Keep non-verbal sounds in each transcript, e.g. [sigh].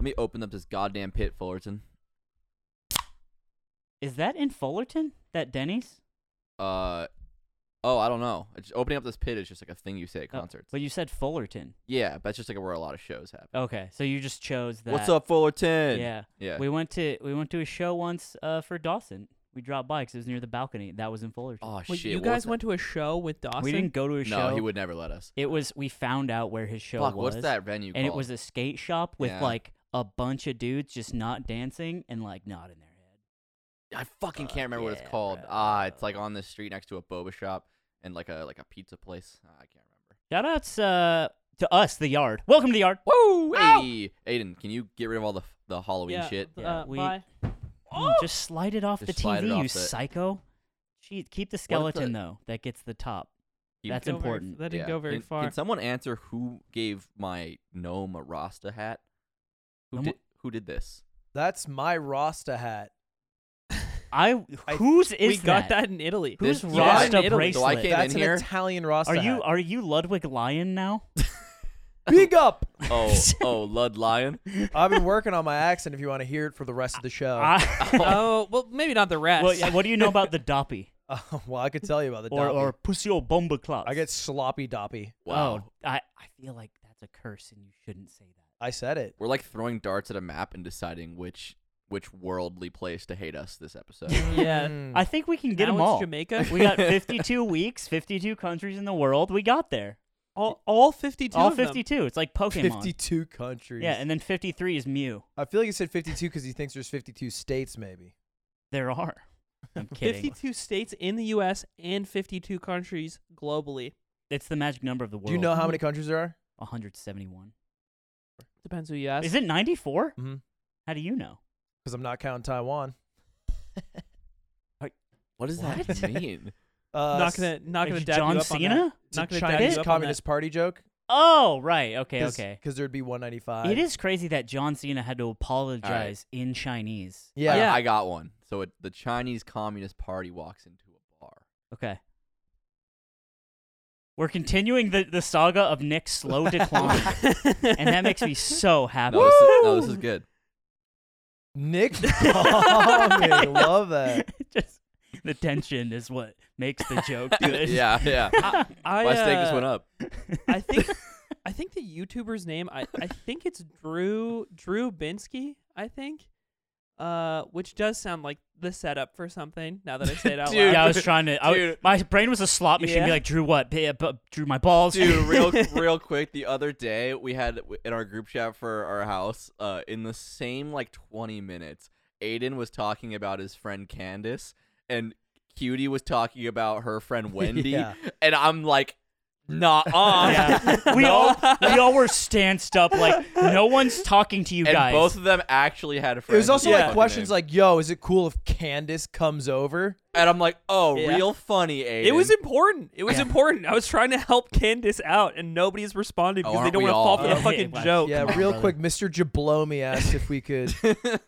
me open up this goddamn pit, Fullerton. Is that in Fullerton? That Denny's? Uh, oh, I don't know. It's, opening up this pit is just like a thing you say at Oh, concerts. but you said Fullerton. yeah, but that's just like where a lot of shows happen. Okay, so you just chose that. What's up, Fullerton? Yeah. yeah. We went to we went to a show once uh, for Dawson. We dropped by because it was near the balcony. That was in Fullerton. oh Wait, shit! you what was guys that- went to a show with Dawson? we didn't go to a show. No, he would never let us. It was we found out where his show Fuck, was. what's that venue And it called? was a skate shop with Yeah. like a bunch of dudes just not dancing and like nodding their head. I fucking Fuck can't remember what yeah, it's called. bro. Ah, it's like on this street next to a boba shop and like a like a pizza place. Ah, I can't remember. Shout outs uh, to us, the yard. Welcome to the yard. Woo! Ow! Hey, Aiden, can you get rid of all the the Halloween yeah, shit? Uh, Yeah, we- bye. Mm, Just slide it off Oh! Just the slide it TV, you off the- psycho. Jeez, keep What the if the- skeleton though. That gets the top. Keep- That's Go very- important. That didn't Yeah. go very Can- far. Can someone answer who gave my gnome a Rasta hat? Who Someone- did who did this? That's my Rasta hat. I I- whose we is got that in Italy. Who's This- yeah, Rasta in Italy. bracelet? So I came in That's an here. Italian Rasta are you hat. are you Ludwig Lion now? Big [laughs] up! oh, oh, Lud Lion. I've been working on my accent if you want to hear it for the rest of the show. [laughs] I- [laughs] oh well, maybe not the rest. [laughs] well, yeah, what do you know about the [laughs] Doppy Oh, well, I could tell you about the or doppy. or Pusio Bomba I get sloppy doppy. Wow. Oh, I I feel like that's a curse, and you shouldn't say that. I said it. We're like throwing darts at a map and deciding which which worldly place to hate us this [laughs] episode. yeah. Mm. I think we can get Hmm. Now them it's all. Jamaica. [laughs] we [laughs] got 52 weeks, 52 countries in the world. We got there. all, all fifty-two. all of them. 52. It's like Pokemon. 52 countries. Yeah, and then 53 is Mew. I feel like you said 52 because he thinks there's 52 states, maybe. There are. [laughs] [laughs] I'm kidding. 52 states in the U.S. and 52 countries globally. It's the magic number of the world. Do you know how many countries there are? 171. Depends who you ask. Is it 94? Because mm-hmm. How do you know? I'm not counting Taiwan. What does What? that [laughs] mean? Uh, not gonna not gonna Is dab John you up on that. Cena? it's a Not gonna dab Chinese you up on Communist Party joke. Oh, right. Okay, okay. Because there'd be 195. It is crazy that John Cena had to apologize in Chinese. Yeah. I, Yeah. I got one. So it, the Chinese Communist Party walks into a bar. Okay. We're continuing the, the saga of Nick's [laughs] slow decline, [laughs] that. and that makes me so happy. No, this is, no, this is [laughs] good. [laughs] Nick I love that. Just the tension is what makes the [laughs] joke good. [laughs] yeah, yeah. I, I, My stake just uh, went up. [laughs] I think I think the YouTuber's name I, I think it's Drew Drew Binsky, I think. Uh which does sound like the setup for something now that I say it out Dude. yeah, I loud. was trying to. I, w- Dude. my brain was a slot machine. Be Yeah. like, drew what? B- b- drew my [laughs] balls. Dude, real real quick, the other day we had in our group chat for our house, uh, in the same like twenty minutes, Aiden was talking about his friend Candace, and Cutie was talking about her [laughs] friend Wendy, Yeah. and I'm like, nah, [laughs] on. [laughs] [laughs] Yeah. we all we all were stanced up. Like no one's talking to you and guys. both of them actually had friends. It was also with like fucking questions names. like, yo, is it cool if Candace comes over? and I'm like, oh, Yeah. real funny, Aiden. It was important. It was Yeah. important. I was trying to help Candace out and nobody's responding Oh, because they aren't don't we want to all? fall for Yeah. the fucking Wow. joke. Oh, yeah, come on, real brother. quick, Mr. Jablomi asked if [laughs] we could.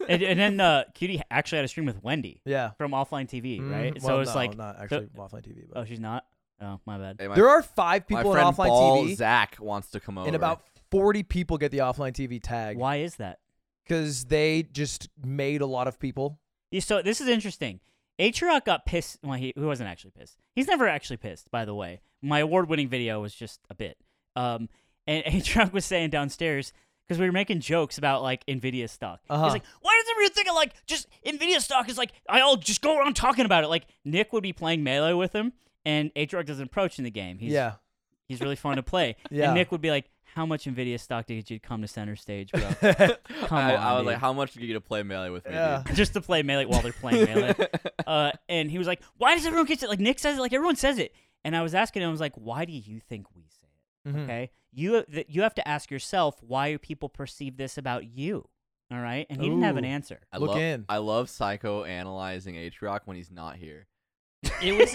and, and then uh, Cutie actually had a stream with Wendy Yeah. from offline TV, right? Mm, so well, it was no, like, not actually offline TV. But. oh, she's not. Oh, my bad. Hey, my, there are five my people on friend offline Ball TV, Zach wants to come over. and about 40 people get the offline TV tag Why is that? because they just made a lot of people. Yeah, so this is interesting. H Rock got pissed. Well, he, he wasn't actually pissed. He's never actually pissed, by the way. My award winning video was just a bit. Um, and [laughs] H Rock was saying downstairs, because we were making jokes about like NVIDIA stock. Uh-huh. He's like, why does everyone think of like just NVIDIA stock is like, I'll just go around talking about it. Like, Nick would be playing Melee with him, and H Rock doesn't approach in the game. He's, yeah. he's really fun to [laughs] play. Yeah. And Nick would be like, how much NVIDIA stock did you come to center stage, [laughs] bro? Come I, on, I was dude. like, how much do you get to play melee with me? Yeah. [laughs] just to play melee while they're playing [laughs] melee. Uh, and he was like, "Why does everyone get it? Like Nick says it. Like everyone says it." And I was asking him, I was like, "Why do you think we say it?" Mhm. Okay, you th- you have to ask yourself why people perceive this about you. All right, and he didn't have an Ooh. answer. I Look love, in. I love psychoanalyzing Atrioc when he's not here. It [laughs] was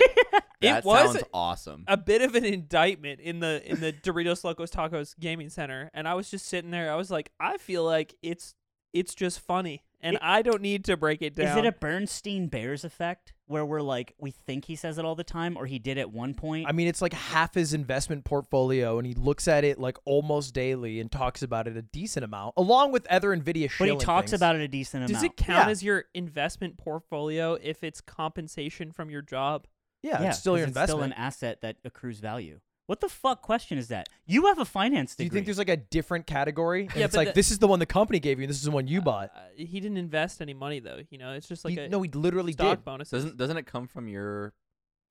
That it was sounds awesome. a bit of an indictment in the in the Doritos Locos Tacos gaming center and I was just sitting there I was like I feel like it's it's just funny and It- I don't need to break it down. Is it a Bernstein Bears effect where we're like, we think he says it all the time, or he did at one point? I mean, it's like half his investment portfolio, and he looks at it like almost daily and talks about it a decent amount, along with other Nvidia. but he shilling talks things. about it a decent Does amount. it count Yeah. as your investment portfolio if it's compensation from your job? yeah, yeah, it's still 'cause your It's still an investment. asset that accrues value. What the fuck question is that? You have a finance degree. Do you think there's like a different category? And Yeah, it's but like the- this is the one the company gave you, and this is the one you bought. Uh, he didn't invest any money though. You know, it's just like He- a no, he literally stock did. bonus. Doesn't doesn't it come from your?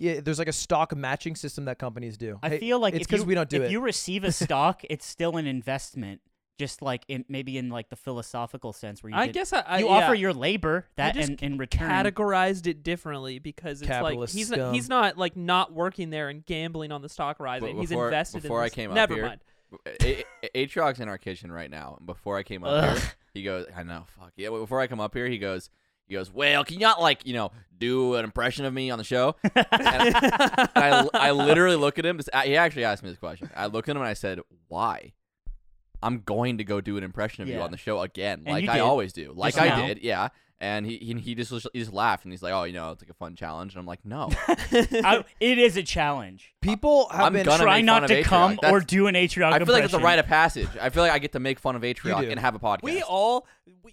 Yeah, there's like a stock matching system that companies do. I Hey, feel like it's if you, we don't do if it. you receive a stock, it's still an investment, just like in, maybe in like the philosophical sense where you I did- guess I, I you yeah, offer your labor that just in, in return. categorized it differently because it's Capitalist like he's scum. not, he's not like not working there and gambling on the stock rising. But he's before- invested before in I this. came up Never here- [laughs] mind. A- A- Aatrox in our kitchen right now. And before I came up Ugh. here, he goes, "I know, fuck yeah." Before I come up here, he goes, he goes, "Well, can you not like you know do an impression of me on the [laughs] show?" And I, I literally look at him. this- He actually asked me this question. I looked at him and I said, "Why?" I'm going to go do an impression of you Yeah. on the show again, And like you I did. always do, like Just I now. did, yeah. And he, he he just he just laughed and he's like, "Oh, you know, it's like a fun challenge." And I'm like, "No, I- it is a [laughs] challenge. people have I'm been gonna Try make not fun to of Atrioc. come or That's- do an Atrioc I feel like it's a impression. rite of passage. I feel like I get to make fun of do. Atrioc and have a podcast. we all we,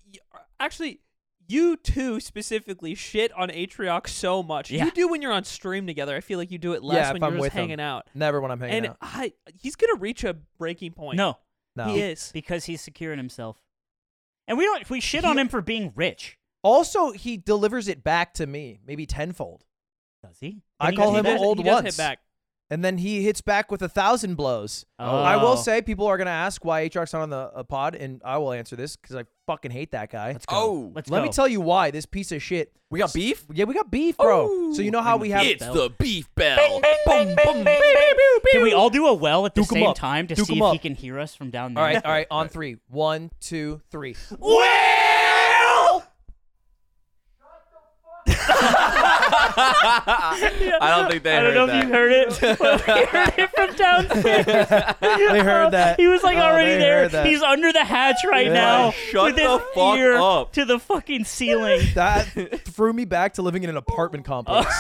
actually you two specifically shit on Atrioc so much. Yeah. You do when you're on stream together. I feel like you do it less Yeah, if when I'm you're just with him. hanging out. never when I'm hanging and out. I he's gonna reach a breaking point. No, No. he is. because he's secure in himself, and we don't. We shit on He- him for being rich. Also, he delivers it back to me, maybe tenfold, Does he? I Then he does call him hit does, back? old he does once. hit [laughs] back. [laughs] and then he hits back with a thousand blows. Oh. I will say, people are gonna ask why HR's not on the a pod, and I will answer this because I fucking hate that guy. Let's go. Oh, Let's Let go. me tell you why this piece of shit. we got beef. Yeah, we got beef, bro. so you know how And we the have beef. It's bell. the beef bell. Boom, boom. Can we all do a well at the Duke 'em same up. time to Duke see 'em if he up. can hear us from down there? All right, [laughs] all right. On three. One, two, three. Well. I don't think they I don't heard know that. if you heard it. [laughs] [laughs] But we heard it from downstairs. they heard that. He was like Oh, already they there. heard that. He's under the hatch right Yeah. now. Shut with his the fuck ear up. to the fucking [laughs] ceiling. [laughs] That threw me back to living in an apartment complex.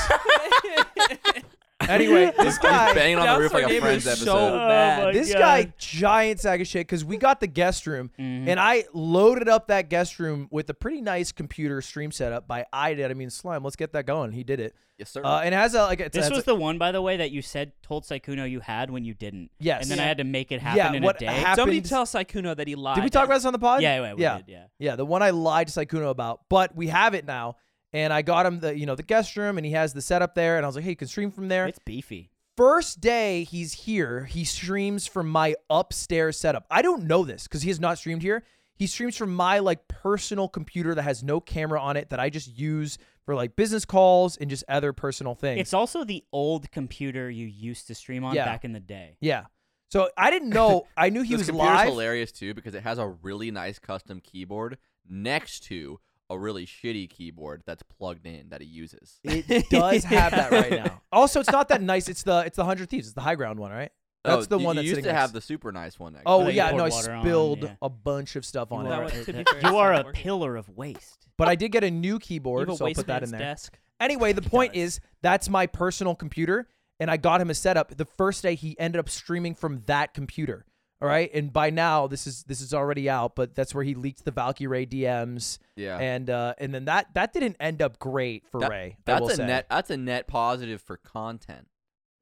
anyway, this He's guy, banging on the roof Downstairs like a neighbor Friends is episode. so Oh, bad. my this God. guy, giant sack of shit. Because we got the guest room, Mm-hmm. and I loaded up that guest room with a pretty nice computer stream setup. By I did, I mean Slime. Let's get that going. He did it. Yes, sir. Uh, and it has a like. It's, This it's was the one, by the way, that you said told Saikuno you had when you didn't. Yes. And then I Yeah. had to make it happen yeah. in what a day. happened? Somebody tell Saikuno that he lied. Did we talk about this on the pod? Yeah, yeah, we yeah, did, yeah. the one I lied to Saikuno about, but we have it now. And I got him the you know the guest room, and he has the setup there, and I was like, hey, you can stream from there. It's beefy. First day he's here, he streams from my upstairs setup. I don't know this because he has not streamed here. He streams from my like personal computer that has no camera on it that I just use for like business calls and just other personal things. It's also the old computer you used to stream on Yeah. back in the day. yeah. So I [laughs] didn't know. I knew he this was computer's live. hilarious too because it has a really nice custom keyboard next to a really shitty keyboard that's plugged in that he uses. It does have that right now. [laughs] Also, it's not that nice. It's the it's the hundred thieves. It's the high ground one, right? That's Oh, the you- one you that's used sitting to next. have the super nice one. Next Oh That to you it. yeah, poured no, I water on, spilled yeah. a bunch of stuff You on it. That are, was- a- to be a- fair, [laughs] it's you are not a working. pillar of waste. But I did get a new keyboard, Evil so I'll put that in Wasteman's there. Desk. Anyway, the He point does. is that's my personal computer, and I got him a setup. The first day he ended up streaming from that computer. All right, and by now this is this is already out, but that's where he leaked the Valkyrie DMs, Yeah. and uh, and then that that didn't end up great for That- Ray. I that's will a say. net. That's a net positive for content.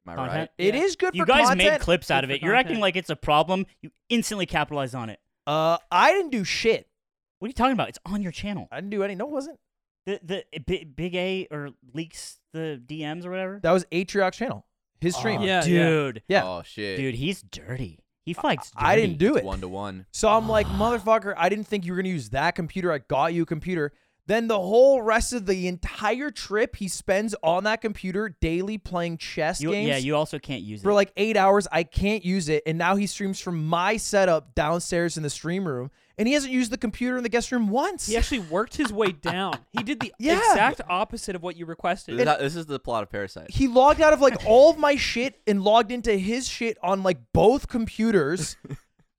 Am I right? Content? It Yeah. is good You for guys content. made clips out of for it. You're acting content. like it's a problem. You instantly capitalize on it. uh, I didn't do shit. What are you talking about? It's on your channel. I didn't do any. No, it wasn't. The the uh, Bi- Big A or leaks the DMs or whatever. That was Atriox channel. His stream. Oh, Yeah, yeah. dude, Yeah. Oh shit. dude, he's dirty. He fights. Dirty. I didn't do it. One to one. So I'm like, motherfucker, I didn't think you were gonna use that computer. I got you a computer. Then the whole rest of the entire trip he spends on that computer daily playing chess You, games yeah, you also can't use for it. like eight hours. I can't use it, and now he streams from my setup downstairs in the stream room, and he hasn't used the computer in the guest room once. He actually worked his way down. He did the [laughs] Yeah. exact opposite of what you This requested. is, how- this is the plot of Parasite. He logged out of like all of my shit and logged into his shit on like both computers.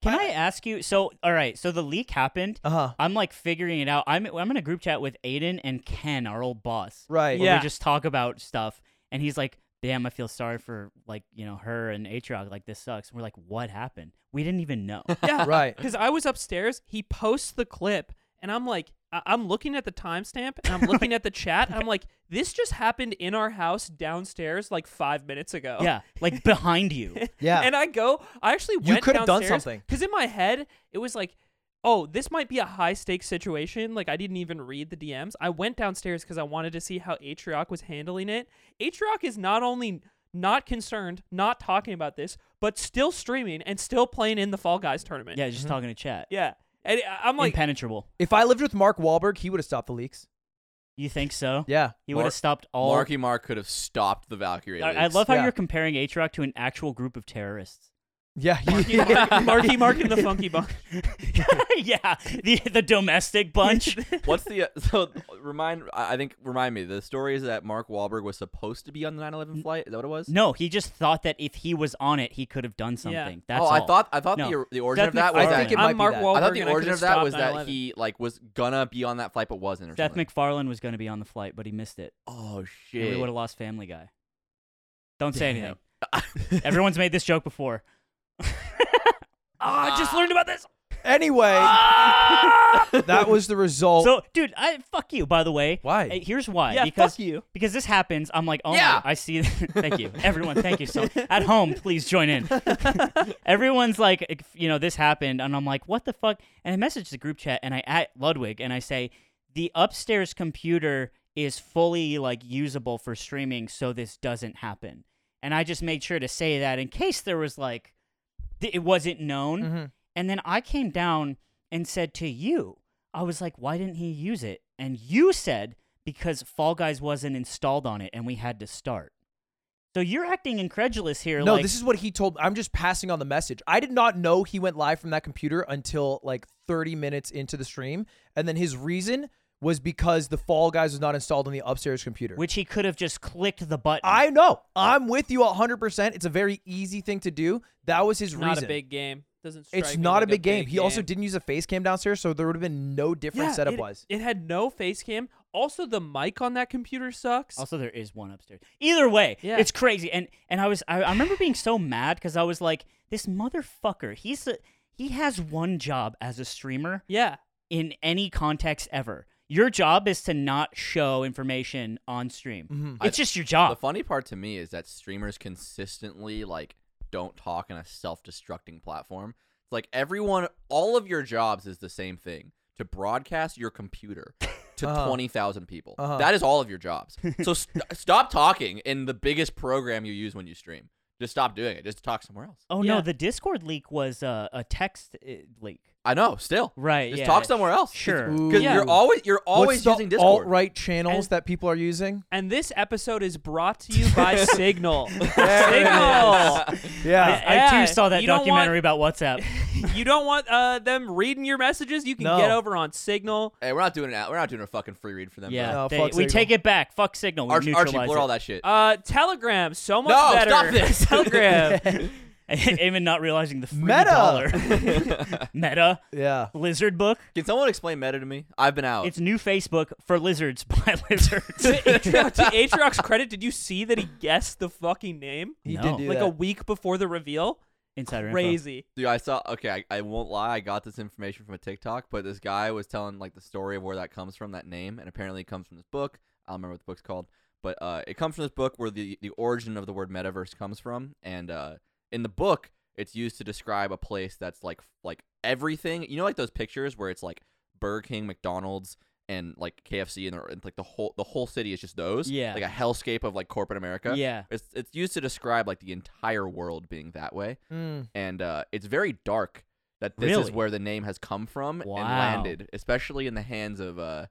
Can I, ask you? So, all right. So the leak happened. Uh huh. I'm like figuring it out. I'm I'm in a group chat with Aiden and Ken, our old boss. Right. Where Yeah. we just talk about stuff, and he's like, "Damn, I feel sorry for like you know her and Atrog. Like this sucks." And we're like, "What happened? We didn't even know." Yeah, [laughs] Right. Because I was upstairs. He posts the clip, and I'm like, I- I'm looking at the timestamp, and I'm looking at the chat, and [laughs] I'm like, this just happened in our house downstairs like five minutes ago. yeah, like behind you. Yeah. And I go, I actually You went could have done downstairs, something. Because in my head, it was like, oh, this might be a high stakes situation. Like, I didn't even read the DMs. I went downstairs because I wanted to see how Atrioc was handling it. Atrioc is not only not concerned, not talking about this, but still streaming and still playing in the Fall Guys tournament. Yeah, just talking to chat. Yeah. And I- I'm like, Impenetrable. if I lived with Mark Wahlberg, he would have stopped the leaks. You think so? Yeah. He would Mark- have stopped all. Marky Mark could have stopped the Valkyrie. I, I leaks. love how Yeah. you're comparing Atrog to an actual group of terrorists. [laughs] Yeah. Marky Mark, Marky Mark and the Funky Bunch. yeah, the the domestic bunch. What's the uh, [laughs] so remind? I I think remind me. The story is that Mark Wahlberg was supposed to be on the 9/11 flight. Is that what it was? [laughs] No, he just thought that if he was on it, he could have done something. That's oh, all. I thought I thought No. the the origin of Seth that was MacFarlane- I that think it might I'm be Mark that. Wahlberg. I thought the and origin could've of that was stopped that 9/11. he like was gonna be on that flight but wasn't. Or Seth something. MacFarlane was going to be on the flight, but he missed it. Oh And shit! we would have lost Family Guy. Don't say Damn. anything. Everyone's made this joke before. Ah, I just learned about this. [laughs] [laughs] Anyway, that was the result. So, dude, I fuck you. By the way, Oh. Why? Uh, Here's why. Yeah, because fuck you. because this happens. I'm like, oh, Yeah. my, I see. [laughs] thank you, everyone. Thank you so. At home, please join in. Everyone's like, if, you know, this happened, and I'm like, what the fuck? And I message the group chat, and I at Ludwig, and I say, the upstairs computer is fully like usable for streaming, so this doesn't happen. And I just made sure to say that in case there was like, th- it wasn't known. Mhm. And then I came down and said to you, I was like, why didn't he use it? And you said, because Fall Guys wasn't installed on it and we had to start. So you're acting incredulous here. no, like, this is what he told. I'm just passing on the message. I did not know he went live from that computer until like 30 minutes into the stream, and then his reason was because the Fall Guys was not installed on the upstairs computer. which he could have just clicked the button. I know. I'm with you 100%. It's a very easy thing to do. That was his Not reason. a big game. Doesn't. Strike it's me not like a big game. he also game. didn't use a face cam downstairs, so there would have been no difference setup it, wise. It had no face cam. Also, the mic on that computer sucks. Also, there is one upstairs. Either way, Yeah. it's crazy. And and I was I, I remember being so mad because I was like, this motherfucker. He's a, he has one job as a streamer yeah. in any context ever. Your job is to not show information on stream. It's just your The job. funny part to me is that streamers consistently like don't talk in a self-destructing platform. It's like everyone, all of your jobs is the same thing: to broadcast your computer to Uh-huh. thousand people. Uh-huh. That is all of your jobs. So st- stop talking in the biggest program you use when you stream. Just stop doing it. Just talk somewhere else. oh Yeah. no, the Discord leak was uh, a text uh, leak. I know. Still, Right, Just yeah. talk somewhere else. Sure. Because Yeah. you're always you're always What's the using Discord. alt-right channels And- that people are using? And this episode is brought to you by Signal. Signal. There Yeah. I, I Yeah, too saw that you don't documentary about WhatsApp. [laughs] you don't want uh, them reading your messages. You can No. get over on Signal. Hey, we're not doing an ad- we're not doing a fucking free read for them. yeah, bro. No, they- fuck we Signal. take it back. Fuck Signal. We Arch- Archie, neutralize blur it. all that shit. Uh, Telegram, so much No, better. stop this. [laughs] [laughs] Telegram. [laughs] Eamon not realizing the free Meta. dollar. Meta. yeah. Lizard book. Can someone explain meta to me? I've been out. It's new Facebook for lizards [laughs] by [laughs] lizards. to Atrox- to Atrox credit, did you see that he guessed the fucking name He No. did do like that. a week before the reveal? Insider info. Crazy. Dude, I saw. Okay, I, I won't lie. I got this information from a TikTok, but this guy was telling like the story of where that comes from, that name, and apparently it comes from this book. I don't remember what the book's called, but uh, it comes from this book where the the origin of the word metaverse comes from. And uh, in the book, it's used to describe a place that's like like everything. You know, like those pictures where it's like Burger King, McDonald's, and like KFC, and, the, and like the whole the whole city is just those. Yeah. like a hellscape of like corporate America. Yeah. It's, it's used to describe like the entire world being that way Mm. and uh, it's very dark that this is Really? where the name has come from Wow. and landed, especially in the hands of uh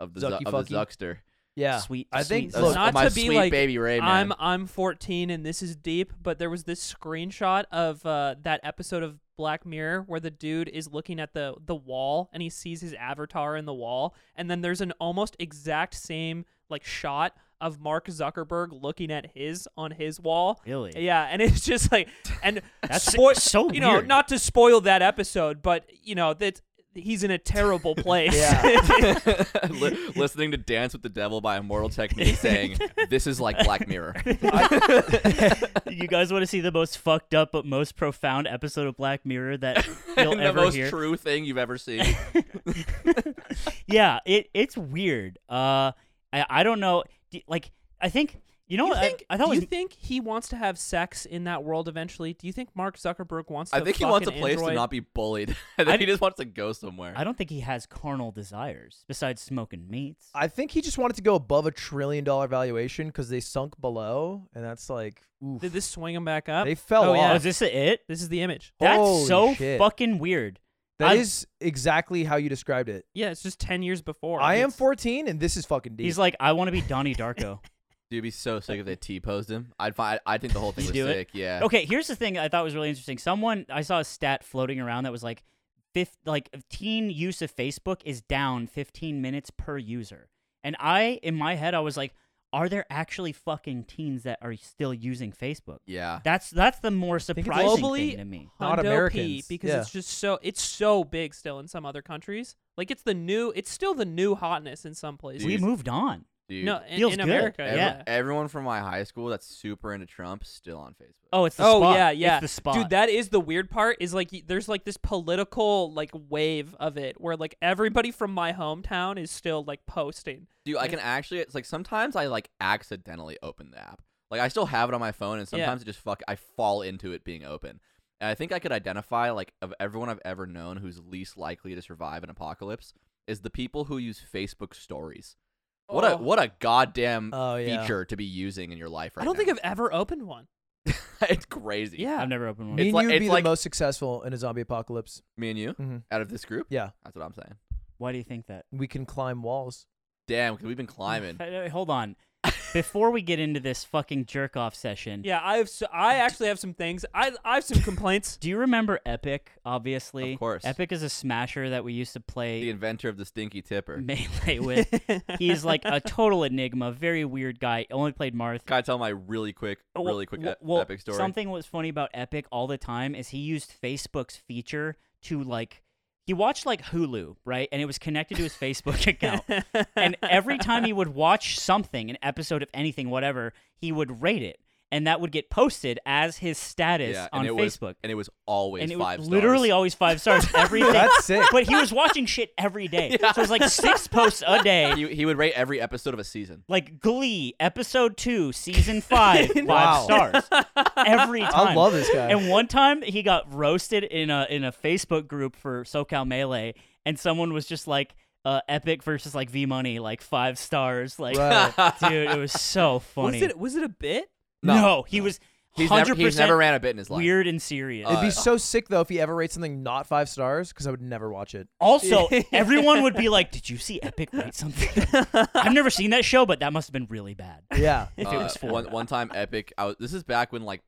of the, Zucky Zu- of the fucky. Zuckster. Yeah. Sweet. I sweet think- That Look, was Zuck. not my to be sweet like, baby Ray, man. I'm I'm 14 and this is deep, but there was this screenshot of uh, that episode of Black Mirror where the dude is looking at the the wall and he sees his avatar in the wall, and then there's an almost exact same like shot of Mark Zuckerberg looking at his on his wall. Really? Yeah, and [laughs] it's just like and That's spoi- so you know, weird. not to spoil that episode, but you know, that he's in a [laughs] terrible place. [laughs] Li- listening to Dance with the Devil by Immortal [laughs] Technique saying, This is like Black Mirror. you guys want to see the most fucked up but most profound episode of Black [laughs] Mirror that [laughs] you'll the ever most hear? true thing you've ever [laughs] seen. yeah, it it's weird. Uh, I I don't know. Do, like I think you know Do you what think, I, I thought do was you think he wants to have sex in that world eventually? Do you think Mark Zuckerberg wants to I think he wants a fuck an place android? to [laughs] not be bullied. [laughs] and then I- he just wants to go somewhere. I don't think he has carnal desires besides smoking meats. I think he just wanted to go above a trillion dollar valuation because they sunk below, and that's like, oof. Did this swing him back up? They fell oh, oh, Yeah. off. is this it? This is the image. That's Holy so shit. fucking weird. That I'm- is exactly how you described it. Yeah, it's just ten years before. I am It's- 14, and this is fucking deep. He's like, I want to be Donnie Darko. Dude, would be so sick if they T posed him. I'd find, I think the whole thing [laughs] You was do it? sick. Yeah. okay, here's the thing I thought was really interesting. Someone I saw a stat floating around that was like, fifth, like teen use of Facebook is down 15 minutes per user. And I, in my head, I was like, are there actually fucking teens that are still using Facebook? Yeah. That's that's the more it's surprising globally thing to me. Not Hundo P, Americans. because Yeah. it's just so it's so big still in some other countries. Like it's the new, it's still the new hotness in some places. We Dude. moved on. Dude. no, in, Feels in good. America, Every- yeah. Everyone from my high school that's super into Trump still on Facebook. Oh, it's the oh spot. yeah, yeah. It's the spot. Dude, that is the weird part. Is like y- there's like this political like wave of it where like everybody from my hometown is still like posting. Dude, I can actually. It's like sometimes I like accidentally open the app. Like I still have it on my phone, and Yeah. sometimes it just fuck. I fall into it being open. And I think I could identify like of everyone I've ever known who's least likely to survive an apocalypse is the people who use Facebook Stories. What Oh. a what a goddamn Oh, yeah. feature to be using in your life right I don't now. think I've ever opened one. I've. [laughs] it's crazy. Yeah. I've never opened one. me it's and like- you would it's be like- the most successful in a zombie apocalypse. Me and you Mhm. out of this group. Yeah, That's what I'm saying. Why do you think that? we can climb walls. Damn, because we've been Mm. climbing. Hey, hey, Hold on. Before we get into this fucking jerk off session, Mm. Yeah, I have. So, I actually have some things. I I [laughs] have some complaints. do you remember Epic? Obviously, Of course. Epic is a smasher that we used to the play [laughs] inventor of the stinky tipper. melee with. [laughs] He's like a total enigma, very weird guy. Only played Marth. Can I tell my really quick, Well, really quick e- well- well, epic story? Something was funny about Epic all the time is he used Facebook's feature to like he watched like Hulu, right? And it was connected to [laughs] his Facebook account. And every time he would watch something, an episode of anything, whatever, he would rate it. And that would get posted as his status yeah, on and it Facebook. was, and it was always and it five was stars. literally always five stars. [laughs] Everything. That's sick. But he was watching shit every day. So it was [laughs] like six posts a day. he, he would rate every episode of a season. like Glee, episode [laughs] two, season five, five Wow. stars every time. I love this guy. And one time he got roasted in a in a Facebook group for SoCal Melee, and someone was just like, uh, "Epic versus like V Money, like five stars." Like, Right. dude, it was so funny. was it was it a bit? no, No. he was He's hundred never, he's never percent ran a bit in his life. weird and serious. Uh, It'd be so sick though if he ever rates something not five stars because I would never watch it. also, everyone would be like, "Did you see Epic write something?" I've never seen that show, but that must have been really bad. Yeah, If it Uh, was four, one one time, Epic. I was, this is back when like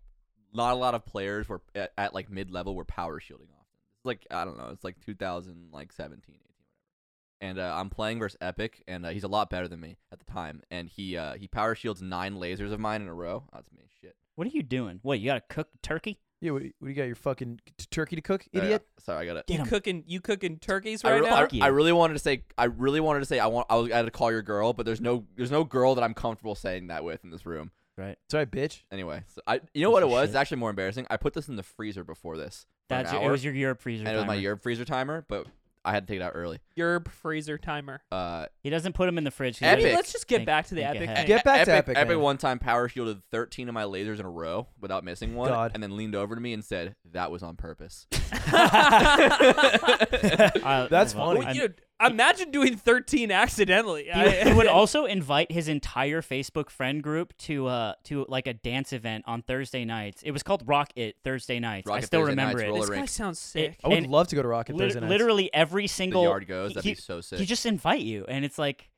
not a lot of players were at, at like mid level were power shielding often. It's like I don't know. It's like 2000, like 17, 18, whatever. And uh, I'm playing versus Epic, and uh, he's a lot better than me at the time. And he uh, he power shields nine lasers of mine in a row. Oh, That's me. Shit. what are you doing? What you got to cook turkey? yeah. What, what do you got? Your fucking t- turkey to cook, Sorry, idiot. I- Uh, sorry, I got it. Get You him. cooking you cooking turkeys I, right re- now? I- Fuck you. I really wanted to say I really wanted to say I want I was I had to call your girl, but there's no there's no girl that I'm comfortable saying that with in this room. Right. Sorry, bitch. Anyway, so I you know what Piece it of was? It's shit. actually more embarrassing. I put this in the freezer before this. for an That's your, it hour, was your Europe freezer. and it was my timer. Europe freezer timer, but I had to take it out early. Yerb freezer timer. Uh, He doesn't put them in the fridge. 'cause Epic. I mean, he- let's just get Think- back to the think epic ahead. thing. Get back to Epic, Epic, man. one time power shielded 13 of my lasers in a row without missing one, God. and then leaned over to me and said, "That was on purpose." [laughs] [laughs] Uh, That's well, funny. Well, I'm- you know, imagine doing 13 [laughs] accidentally. [laughs] he, would- he would also invite his entire Facebook friend group to uh to like a dance event on Thursday nights. It was called Rock It Thursday nights. Rock I It still Thursday remember nights, it. roller this guy rink. sounds It- sick. I would and love to go to Rocket lit- Thursday night. literally every the single yard goes. That'd he, be so sick. he just invite you, and it's like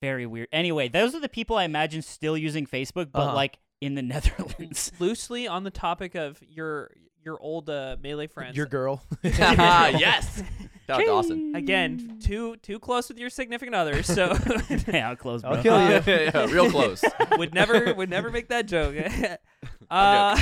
very weird. Anyway, those are the people I imagine still using Facebook, but Uh-huh. like in the [laughs] Netherlands. Loosely on the topic of your your old uh, melee [laughs] friends. [laughs] Your girl. [laughs] yes. Shout out Dawson. Again, too too close with your significant [laughs] other, so [laughs] [laughs] yeah, I'll close. I'll Bro. kill you. Yeah, real close. would never would never make [laughs] that joke. [laughs] uh,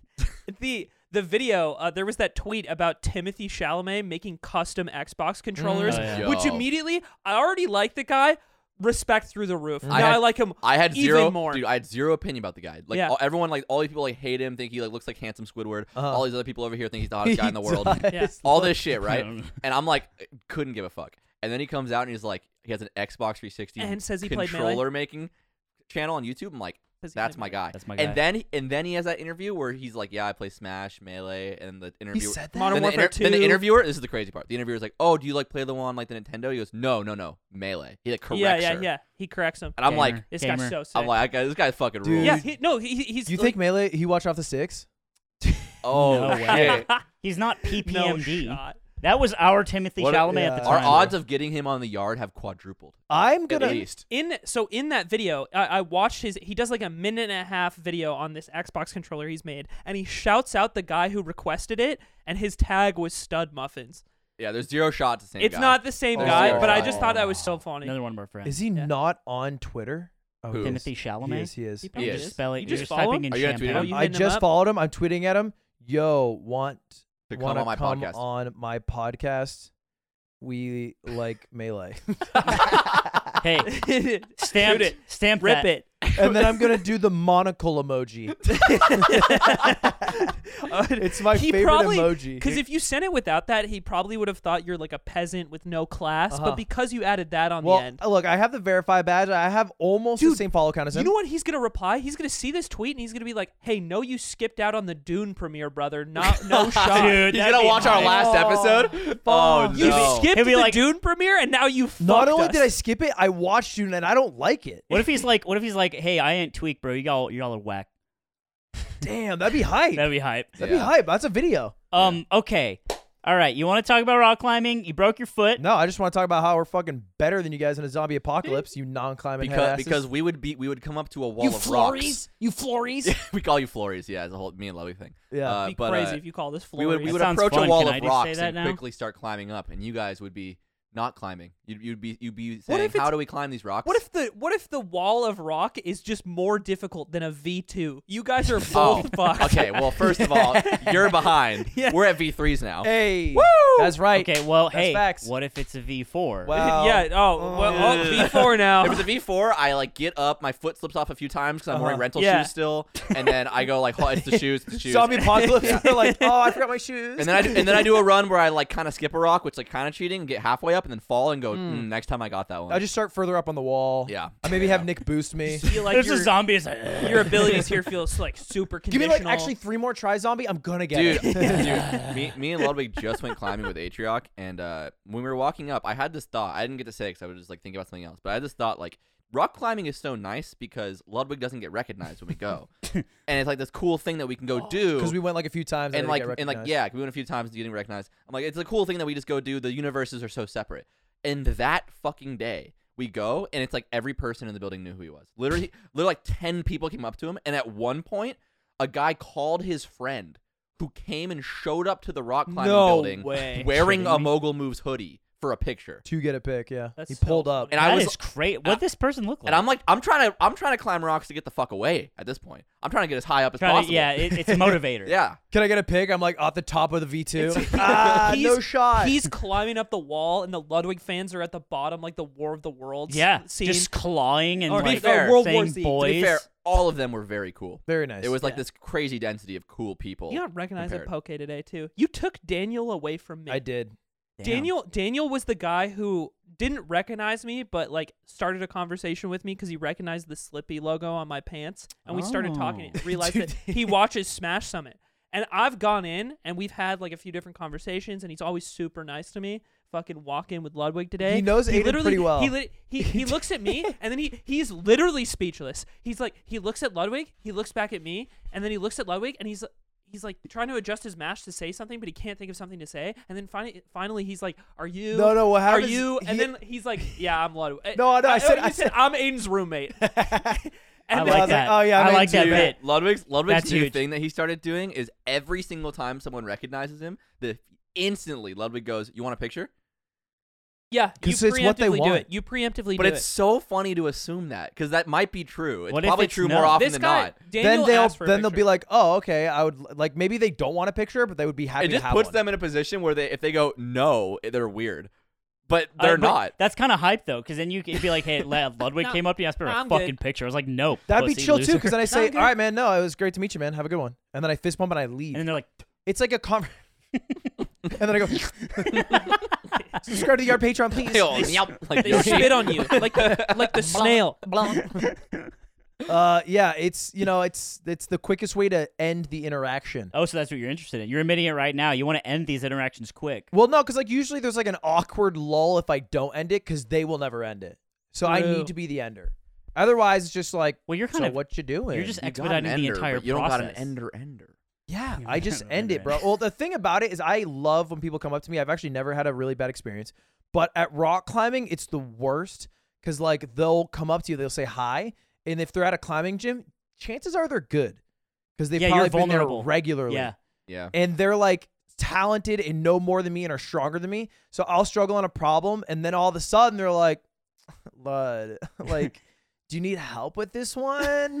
[laughs] the the video uh, there was that tweet about Timothy Chalamet making custom Xbox controllers, Oh, yeah. which Mm. Yo. immediately I already like the guy. Respect through the roof. Now I had- I like him. I had Even zero, more. dude. I had zero opinion about the guy. Like Yeah. all, everyone, like all these people, like hate him, think he like looks like handsome Squidward. Uh-huh. All these other people over here think he's the [laughs] hottest guy in the He [laughs] world. does. Yeah. [laughs] All this shit, right? Um, And I'm like, couldn't give a fuck. And then he comes out and he's like, he has an Xbox 360 And says he played Melee. controller making channel on YouTube. I'm like, Has he that's played my Melee? guy. [laughs] That's my guy. And then he- and then he has that interview where he's like, yeah, I play Smash, Melee, and the He interview. said that. Modern then, the Warfare then the 2. interviewer, this is the crazy part. The interviewer's like, "Oh, do you like play the one like the Nintendo?" He goes, "No, no, no, Melee." He like corrects Yeah, yeah, her. yeah. He corrects him. And I'm like, Gamer. This Gamer. guy's so sick. I'm like, I got, this guy fucking Dude. rules. yeah, he, no, he, he's. Do you like- think melee? He watched off the six. Oh No way. shit. [laughs] he's not no PPMD. shot. That that was our Timothy What a- Chalamet yeah. at the Our time. odds of getting him on the yard have quadrupled. I'm At gonna. least. in so in that video, I, I watched his. He does like a minute and a half video on this Xbox controller he's made, and he shouts out the guy who requested it, and his tag was Stud Muffins. Yeah, there's zero shots at the same It's guy. not the same Oh, guy, zero but I shot. just thought that was so funny. Another one of our friends. Is he Yeah. not on Twitter? Oh, Who? he is. Timothy Chalamet. He is. He is. You probably He just is. spell it. You You're just just follow typing [laughs] in him? Are you gonna tweet champagne. him? I hitting him just up? followed him. I'm tweeting at him. Yo, want To come wanna on my come podcast. on my podcast? We like [laughs] melee. Hey, [laughs] stamp Shoot it. Stamp Rip that. [laughs] it. and then I'm gonna do the monocle [laughs] emoji. it's my He favorite probably- emoji. Because if you sent it without that, he probably would have thought you're like a peasant with no class. Uh-huh. But because you added that on well, the end, look, I have the verify badge. I have almost the Dude, same follow count as him. you know what he's gonna reply? He's gonna see this tweet and he's gonna be like, "Hey, no, you skipped out on the Dune premiere, brother. Not [laughs] no shot. Dude, He's that'd gonna be watch our [laughs] nice. last Oh, episode. Oh fuck. You no. skipped He'll be the like- Dune premiere and now you fucked Not only us. did I skip it, I watched you and I don't like it. What if he's like? What if he's like? Hey, I ain't tweak, bro. You all, you all are whack. Damn, that'd be hype. That'd be hype. That'd be Yeah. hype. That's a video. Um. Okay. All right. You want to talk about rock climbing? You broke your foot. No, I just want to talk about how we're fucking better than you guys in a zombie apocalypse. You non-climate Because because we would be we would come up to a wall of rocks. you flores. [laughs] we call you Flories, yeah, as a whole me and Lovey thing. Yeah. Uh, It'd be but, crazy uh, if you call this we would Flurry. we That would sounds approach fun. a wall Can of I just say rocks that and now? quickly start climbing up, and you guys would be not climbing. You'd, you'd be you'd be What saying, if "How it's- do we climb these rocks?" what if the what if the wall of rock is just more difficult than a V two? You [laughs] guys are both [laughs] Oh, fucked. okay. Well, first of all, you're behind. Yeah. We're at V3s now. hey, Woo! that's right. Okay. Well, That's hey, facts. what if it's a V four? Wow. yeah. Oh, well, Oh. oh, V four now. [laughs] If it's a V4, I like get up, my foot slips off a few times because I'm wearing Uh-huh. rental Yeah. shoes still, and then I go like, [laughs] oh, it's the shoes, it's the shoes. Zombie [laughs] apocalypse. We're like, oh, I forgot my shoes. and then I do, and then I do a run where I like kind of skip a rock, which like kind of cheating, get halfway up, and then fall and go. Mm. next time I got that one. [laughs] Hmm. I just start further up on the wall. [laughs] Yeah. I maybe have Nick boost me. feel like There's your, a zombie. It's [laughs] like, "Ugh." your abilities here [laughs] feels like super Give me conditional. like actually three more try zombie. I'm gonna get dude, it. [laughs] [laughs] dude, me, me and Ludwig just went climbing with Atrioc, and uh, when we were walking up, I had this thought. I didn't get to say it 'cause I was just like thinking about something else, but I had this thought like rock climbing is so nice because Ludwig doesn't get recognized when we [laughs] go, and it's like this cool thing that we can go do Because we went like a few times and I like didn't get and like recognized. yeah, we went a few times getting recognized. I'm like, it's a cool thing that we just go do. The universes are so separate. And that fucking day, we go and it's like every person in the building knew who he was. Literally, [laughs] literally like ten people came up to him, and at one point, a guy called his friend who came and showed up to the rock climbing No building way. [laughs] wearing Kidding a me? Mogul Moves hoodie for a picture. to get a pick. Yeah, That's he so pulled up. funny. And I That was is great. What this person look like? and I'm like, I'm trying to I'm trying to climb rocks to get the fuck away at this point. I'm trying to get as high up as Trying to- possible. yeah, it, it's a [laughs] motivator. Yeah. Can I get a pick? I'm like off the top of the V two. [laughs] [laughs] ah, He's- no shot. He's climbing up the wall, and the Ludwig fans are at the bottom, like the War of the Worlds. Yeah, scene. just clawing and Or- like fair, World War saying Z, to be To be boys. fair, all of them were very cool. very nice. It was like Yeah. this crazy density of cool people. You got recognized at compared. Poke today too. You took Daniel away from me. I did. Damn. Daniel Daniel was the guy who didn't recognize me, but like started a conversation with me because he recognized the Slippy logo on my pants, and we started talking. Oh. [laughs] And realized Dude. that he watches Smash Summit, and I've gone in and we've had like a few different conversations, and he's always super nice to me. Fucking walk in with Ludwig today. He knows Aiden literally- pretty well. He lit- [laughs] he he looks at me, and then he he's literally speechless. He's like he looks at Ludwig, he looks back at me, and then he looks at Ludwig, and he's he's like trying to adjust his mash to say something, but he can't think of something to say. And then finally, finally, he's like, "Are you? No, no, what Are happens you?" is And he- [laughs] then he's like, "Yeah, I'm Ludwig." No, no, I said- you I said- [laughs] I'm Aiden's roommate. I And I like was that. like, oh, yeah, I me like that too. bit. Ludwig's Ludwig's That's new huge. thing that he started doing is every single time someone recognizes him, the instantly Ludwig goes, "You want a picture?" Yeah, you 'Cause it's what they preemptively do want. it. You preemptively But do it's it. so funny to assume that because that might be true. It's What if probably it's true no? more often this than guy. not. Daniel then they'll asked for a then they'll picture. be like, [laughs] oh, okay, I would like maybe they don't want a picture, but they would be happy. It just to have puts one. them in a position where they, if they go no, they're weird, but they're Uh, but not. That's kind of hype though, because then you could be like, "Hey, Le- Ludwig No, came up to me asked for no, a I'm good. fucking picture." I was like, "Nope." That'd be pussy chill too, loser." [laughs] because then I No, say, I'm good. "All right, man, no, it was great to meet you, man. Have a good one." And then I fist bump and I leave. and then they're like, it's like a conver [laughs] and [laughs] then I go. [laughs] Subscribe to the Yard Patreon, please. Yo, yep, like they Yoshi. spit on you like the, like the snail. Uh, yeah, it's you know, it's it's the quickest way to end the interaction. "Oh, so that's what you're interested in? You're admitting it right now. You want to end these interactions quick." Well, no, because like usually there's like an awkward lull if I don't end it, because they will never end it. So I True. need to be the ender. Otherwise, it's just like, Well, you're kind so of what you doing? you're just You got expediting an the ender, entire but You don't process. got an ender ender. Yeah, [laughs] Yeah, I just I end it, remember bro. Well, the thing about it is, I love when people come up to me. I've actually never had a really bad experience, but at rock climbing, it's the worst because like they'll come up to you, they'll say hi, and if they're at a climbing gym, chances are they're good because they've Yeah, you're probably been there vulnerable. regularly, Yeah, Yeah. and they're like talented and know more than me and are stronger than me. So I'll struggle on a problem, and then all of a sudden they're like, [laughs] "Lud, [laughs] like." Do you need help with this one?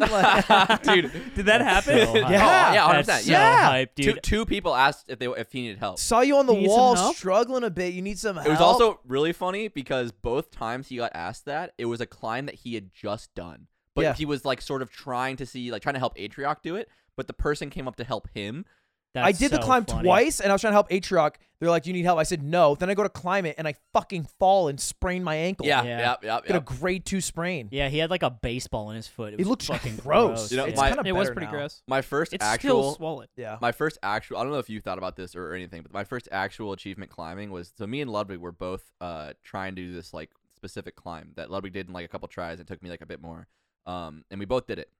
[laughs] [laughs] Like, Dude, did that happen? so hot. Yeah. Oh, yeah, 100%. that's so yeah. Yeah. hype, dude. Two, two people asked if they if he needed help. saw you on the You need some wall help? struggling a bit. You need some help. It was also really funny because both times he got asked that, it was a climb that he had just done. But Yeah. he was like sort of trying to see, like trying to help Atrioc do it, but the person came up to help him. I That's did the so climb funny. twice and I was trying to help Atrioc. They're like, you need help. I said, no. Then I go to climb it and I fucking fall and sprain my ankle. Yeah, Yeah. yeah, yeah. Get yeah. a grade two sprain. Yeah, he had like a baseball in his foot. It, It was looks fucking gross. gross. You know, yeah. my- kinda It was better pretty now. gross. My first It's still actual swollen. Yeah. my first actual I don't know if you thought about this or, or anything, but my first actual achievement climbing was so me and Ludwig were both uh trying to do this like specific climb that Ludwig did in like a couple tries. It took me like a bit more. Um and we both did it.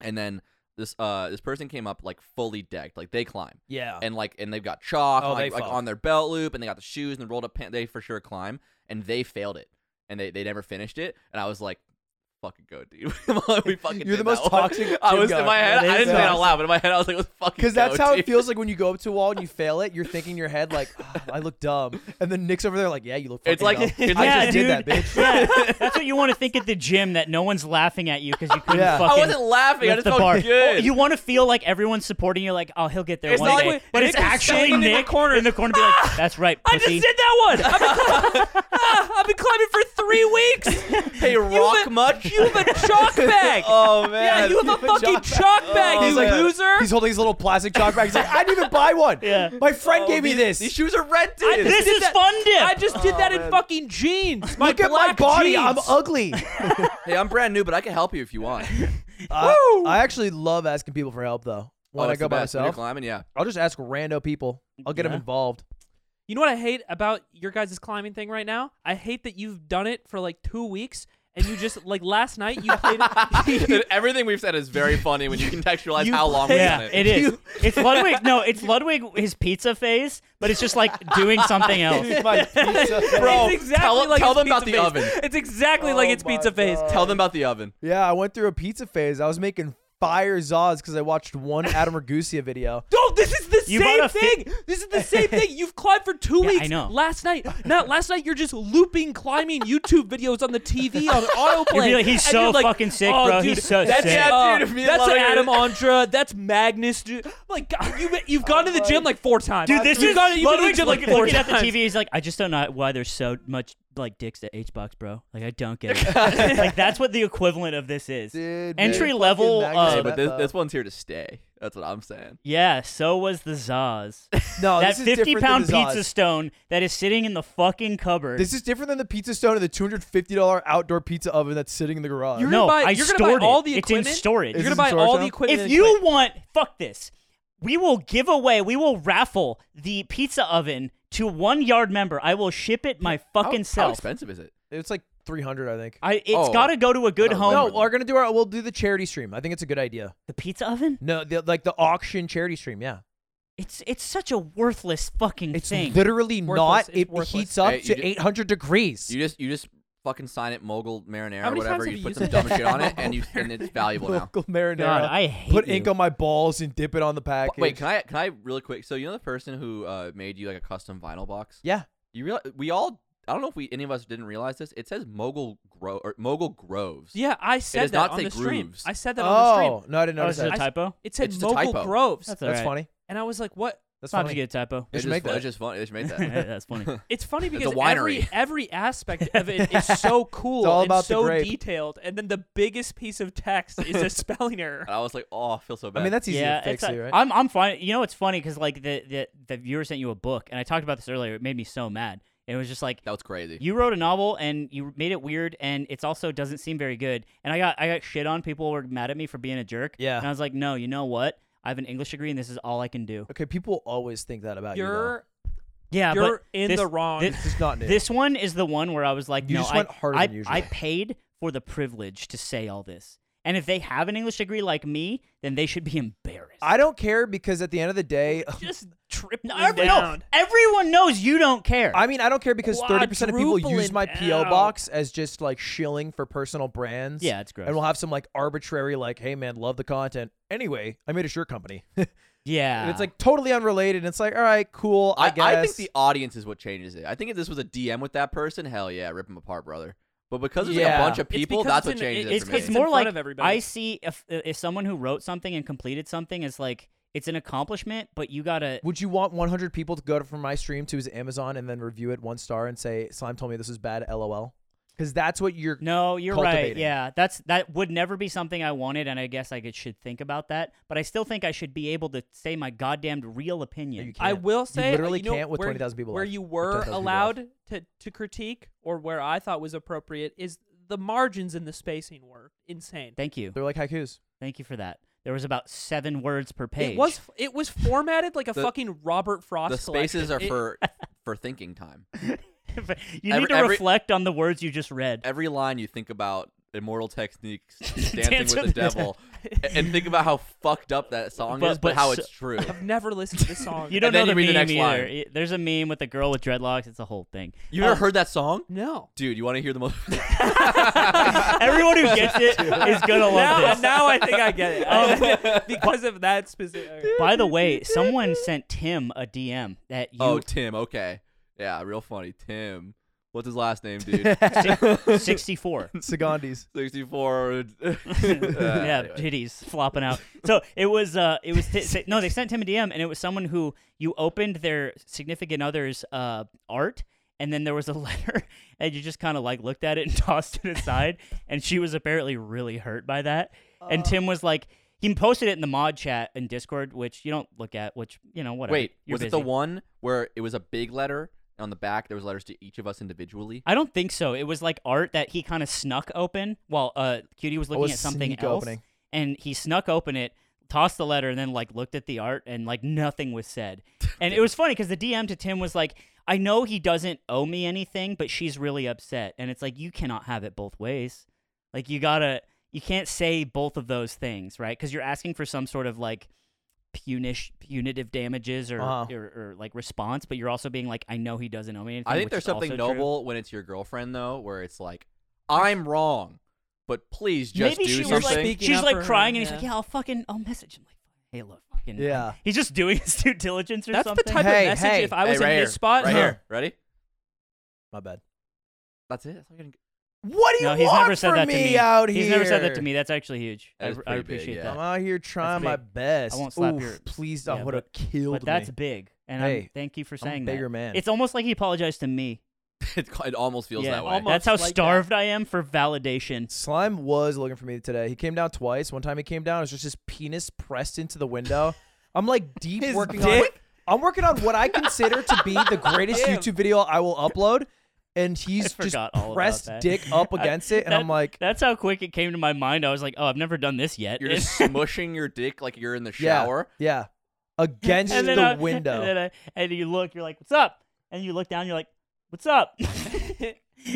And then this uh this person came up like fully decked, like they climb. Yeah. and like and they've got chalk Oh, on, like, they like, fuck. on their belt loop and they got the shoes and the rolled up pants they for sure climb and they failed it and they, they never finished it and i was like fucking go dude [laughs] we fucking You're the did most that one. toxic i gym was guy. in my head That is i didn't say it out toxic. loud but in my head i was like let's fucking Because that's go, how dude." it feels like when you go up to a wall and you fail it. You're thinking in your head, like, "Ah, I look dumb. And then Nick's over there, like, yeah, you look fucking It's like- dumb. [laughs] it's I like- [laughs] just dude. did that, bitch. Yeah, that's what you want to think at the gym that no one's laughing at you because you couldn't Yeah. I fucking. i wasn't laughing i lift just the felt bar. good Oh, you want to feel like everyone's supporting you, like, oh, he'll get there It's one not day. like- but it's Nick was actually standing in the Nick corner. in the corner, be like, that's right, I just pussy. did that one. I've been, Ah, I've been climbing for three [laughs] weeks. hey rock [laughs] a- much [laughs] You have a chalk bag. oh man yeah, you have a fucking chalk bag, Oh, you man. loser. He's holding his little plastic chalk bag. He's like, I didn't even buy one. Yeah. My friend Oh, gave me these- [laughs] this. these shoes are I rented this did is that- fun dip. I just did that in fucking jeans. My look at my black body. jeans. I'm [laughs] ugly. hey i'm brand new but i can help you if you [laughs] want I, Uh, I actually love asking people for help, though. When oh, I it's go the by best. When you're myself, climbing [laughs] yeah I'll just ask rando people. I'll get them Yeah. [laughs] involved. You know what I hate about your guys' climbing thing right now? I hate that you've done it for like two weeks and you just like last night you played. And everything we've said is very funny [laughs] when you contextualize you how long we've yeah, done it. it is. It's Ludwig. No, it's Ludwig. His pizza phase, but it's just like doing [laughs] something else. My pizza. [laughs] Bro, it's exactly tell- like tell it's them about pizza the face. oven. It's exactly like Oh it's my pizza face. God. Tell them about the oven. Yeah, I went through a pizza phase. I was making fire zaws because I watched one Adam Ragusa video. No, this is the You bought same a fi- thing. this is the same [laughs] thing. You've climbed for two Yeah, I weeks. know. Last night, not last night. You're just looping climbing YouTube videos on the [laughs] TV on You'd autoplay. be like, "He's and so you're like, fucking sick, oh, bro. Dude, He's so that's, sick." Yeah, Uh, dude, me and that's Lover- Adam Andra. That's Magnus. Dude. Like God, you, you've gone to the gym like four times. Dude, this you've is gone, you've been to the Ludwig's gym like like four looking at times. the TV. He's like, I just don't know why there's so much like dicks at H box, bro. Like I don't get it. [laughs] like that's what the equivalent of this is. Dude, Entry level, uh, Hey, but this, this one's here to stay. That's what I'm saying. Yeah, so was the Zaz. no, that Oh, this is 50 different than pound the Zaws. pizza stone that is sitting in the fucking cupboard. This is different than the pizza stone and the two hundred fifty dollar outdoor pizza oven that's sitting in the garage. You're no, gonna buy, I you're stored gonna buy all it. the it's in equipment. storage. Is You're it gonna in buy storage all now? the If equipment. if and you equipment. want, fuck this. We will give away, we will raffle the pizza oven to one yard member. I will ship it my How, fucking how self. expensive is it? it's like three hundred, I think. I, it's Oh. got to go to a good Oh, home. no, we're gonna do our. We'll do the charity stream. I think it's a good idea. The pizza oven? No, the, like the auction charity stream. Yeah, It's it's such a worthless fucking it's thing. literally Worthless, not. it's It worthless. heats up Hey, you to ju- eight hundred degrees. You just you just fucking sign it mogul marinara How or many whatever. times You have you put used some it? dumb shit on it [laughs] [laughs] and you and it's valuable now. Local marinara. God, I hate Put you. ink on my balls and dip it on the package. Wait, can I can I really quick? So you know the person who uh, made you like a custom vinyl box? Yeah. You realize we all I don't know if we any of us didn't realize this. It says mogul grove or mogul groves. Yeah, I said does that not on say the stream. grooves. I said that on the Oh stream. no, I didn't Oh, notice is it that. a I- typo? It said It's just a Mogul typo. Groves, That's all That's right. funny. and I was like, "What? That's Sometimes funny. you get a typo. They It's should just, make fu- that. it's just funny. They should [laughs] make that. That's funny. It's funny a because winery. every every aspect of it is so cool all and about the so grape. detailed, and then the biggest piece of text is a spelling error. and I was like, oh, I feel so bad. I mean, that's easy yeah, to fix, it's, too, right? I'm I'm fine. You know, it's funny because like the, the the viewer sent you a book, and I talked about this earlier. It made me so mad. It was just like that was crazy. you wrote a novel and you made it weird, and it's also doesn't seem very good. And I got I got shit on. People were mad at me for being a jerk. Yeah. and I was like, no, you know what? I have an English degree, and this is all I can do. okay, people always think that about you. though. You're Yeah, you're but in this- the wrong. this- It's just not new. This one is the one where I was like, You no, just I, went harder I, than usual. I paid for the privilege to say all this. And if they have an English degree like me, then they should be embarrassed. I don't care because at the end of the day, just tripping No, every- no, down. everyone knows you don't care. [sighs] I mean, I don't care because thirty percent of people use Quadrupling my PO down. box as just like shilling for personal brands. yeah, it's gross. and we'll have some like arbitrary like, hey man, love the content. Anyway, I made a shirt company, [laughs] and yeah, it's like totally unrelated. And it's like, all right, cool. I, I, think guess. the audience is what changes it. I think if this was a DM with that person, hell yeah, rip him apart, brother. But because there's like Yeah. a bunch of It's people, because that's it's what an- changes it's- it for me. it's in more front like of everybody. I see if uh, if someone who wrote something and completed something is like it's an accomplishment, but you gotta Would you want 100 people to go to, from my stream to his Amazon and then review it one star and say, Slime told me this is bad, lol? Because that's what you're. No, you're right. cultivating. Yeah, that's that would never be something I wanted, and I guess I could, should think about that. But I still think I should be able to say my goddamned real opinion. you can't. I will say uh, literally you know, can't with where- 20,000 people Where left, you with were 10,000 people allowed to, to critique or where I thought was appropriate is the margins in the spacing were insane. Thank you, They're like haikus. thank you for that. There was about seven words per page. [laughs] It was it was formatted like a The- fucking Robert Frost. the spaces are collection. It- for for thinking time. you Every- need to every- reflect on the words you just read. Every line you think about immortal techniques, Dance dancing with the with the devil, a- and think about how fucked up that song But- is, but, but how so- it's true. I've never listened to this [laughs] song. You don't And then know you the read the meme next either. line. It- There's a meme with a girl with dreadlocks. It's a whole [laughs] thing. [laughs] You ever Um, heard that song? no. Dude, you want to hear the most? Everyone who gets it is gonna love Now, this. now I think I get [laughs] it I- because of that specific. By the way, someone sent Tim a DM that you oh, Tim. Okay, yeah, real funny. Tim, what's his last name, [laughs] [laughs] dude? si- 64. Sagandis. Sixty-four. [laughs] uh, yeah, anyway. titties flopping out. So it was, uh, it was. T- sa- no, they sent him a DM, and it was someone who you opened their significant other's uh, art, and then there was a [laughs] letter, and you just kind of like looked at it and [laughs] tossed it aside, and she was apparently really hurt by that. And Tim was like, he posted it in the mod chat in Discord, which you don't look at, which you know whatever. Wait, You're was it the busy. one where it was a big letter and on the back there was letters to each of us individually? I don't think so. It was like art that he kind of snuck open while uh, Cutie Oh, was looking was at something Oh, sneak else, opening. and he snuck open it, tossed the letter, and then like looked at the art, and like nothing [laughs] was said. And it was funny because the DM to Tim was like, "I know he doesn't owe me anything, but she's really upset." And it's like you cannot have it both ways. Like you gotta, you can't say both of those things, right? Because you're asking for some sort of like punish punitive damages or, Uh-huh. or or like response, but you're also being like, "I know he doesn't owe me anything." I which think there's is something also true. noble when it's your girlfriend though, where it's like, I'm wrong, but please just Maybe do she was something. like, Speaking she's up like for her, crying, and he's yeah. like, "Yeah, I'll fucking, I'll message him." Like, hey, look, fucking, Yeah. he's just doing his due diligence or That's something. the type Hey, of message. hey. if I was hey, right in here, his spot, right Huh. here, ready? My bad. That's it. That's all you're gonna get. What do you no, he's want never said from that to me me. out he's here? never said that to me. That's actually huge. That I, is I pretty big, appreciate yeah. that. I'm out here trying my big. best. I won't slap Oof, your- Please, I yeah, would have killed but that's me. big, and Hey, I'm, thank you for I'm a saying bigger that. man. It's almost like he apologized to me. [laughs] It, ca- it almost feels yeah, that way. almost. that's how like that. starved I am for validation. Slime was looking for me today. He came down twice. One time he came down, it was just his penis pressed into the window. [laughs] I'm like deep His working on. dick? I'm working on what I consider to be the greatest Damn. YouTube video I will upload, and he's I just forgot all about pressed that. dick [laughs] up against it, and That- I'm like, that's how quick it came to my mind. I was like, oh, I've never done this yet. You're [laughs] just smushing your dick like you're in the yeah, shower. yeah, against and then the I- [laughs] window. And, then I, and you look, you're like, "What's up?" And you look down, you're like, "What's up?" [laughs]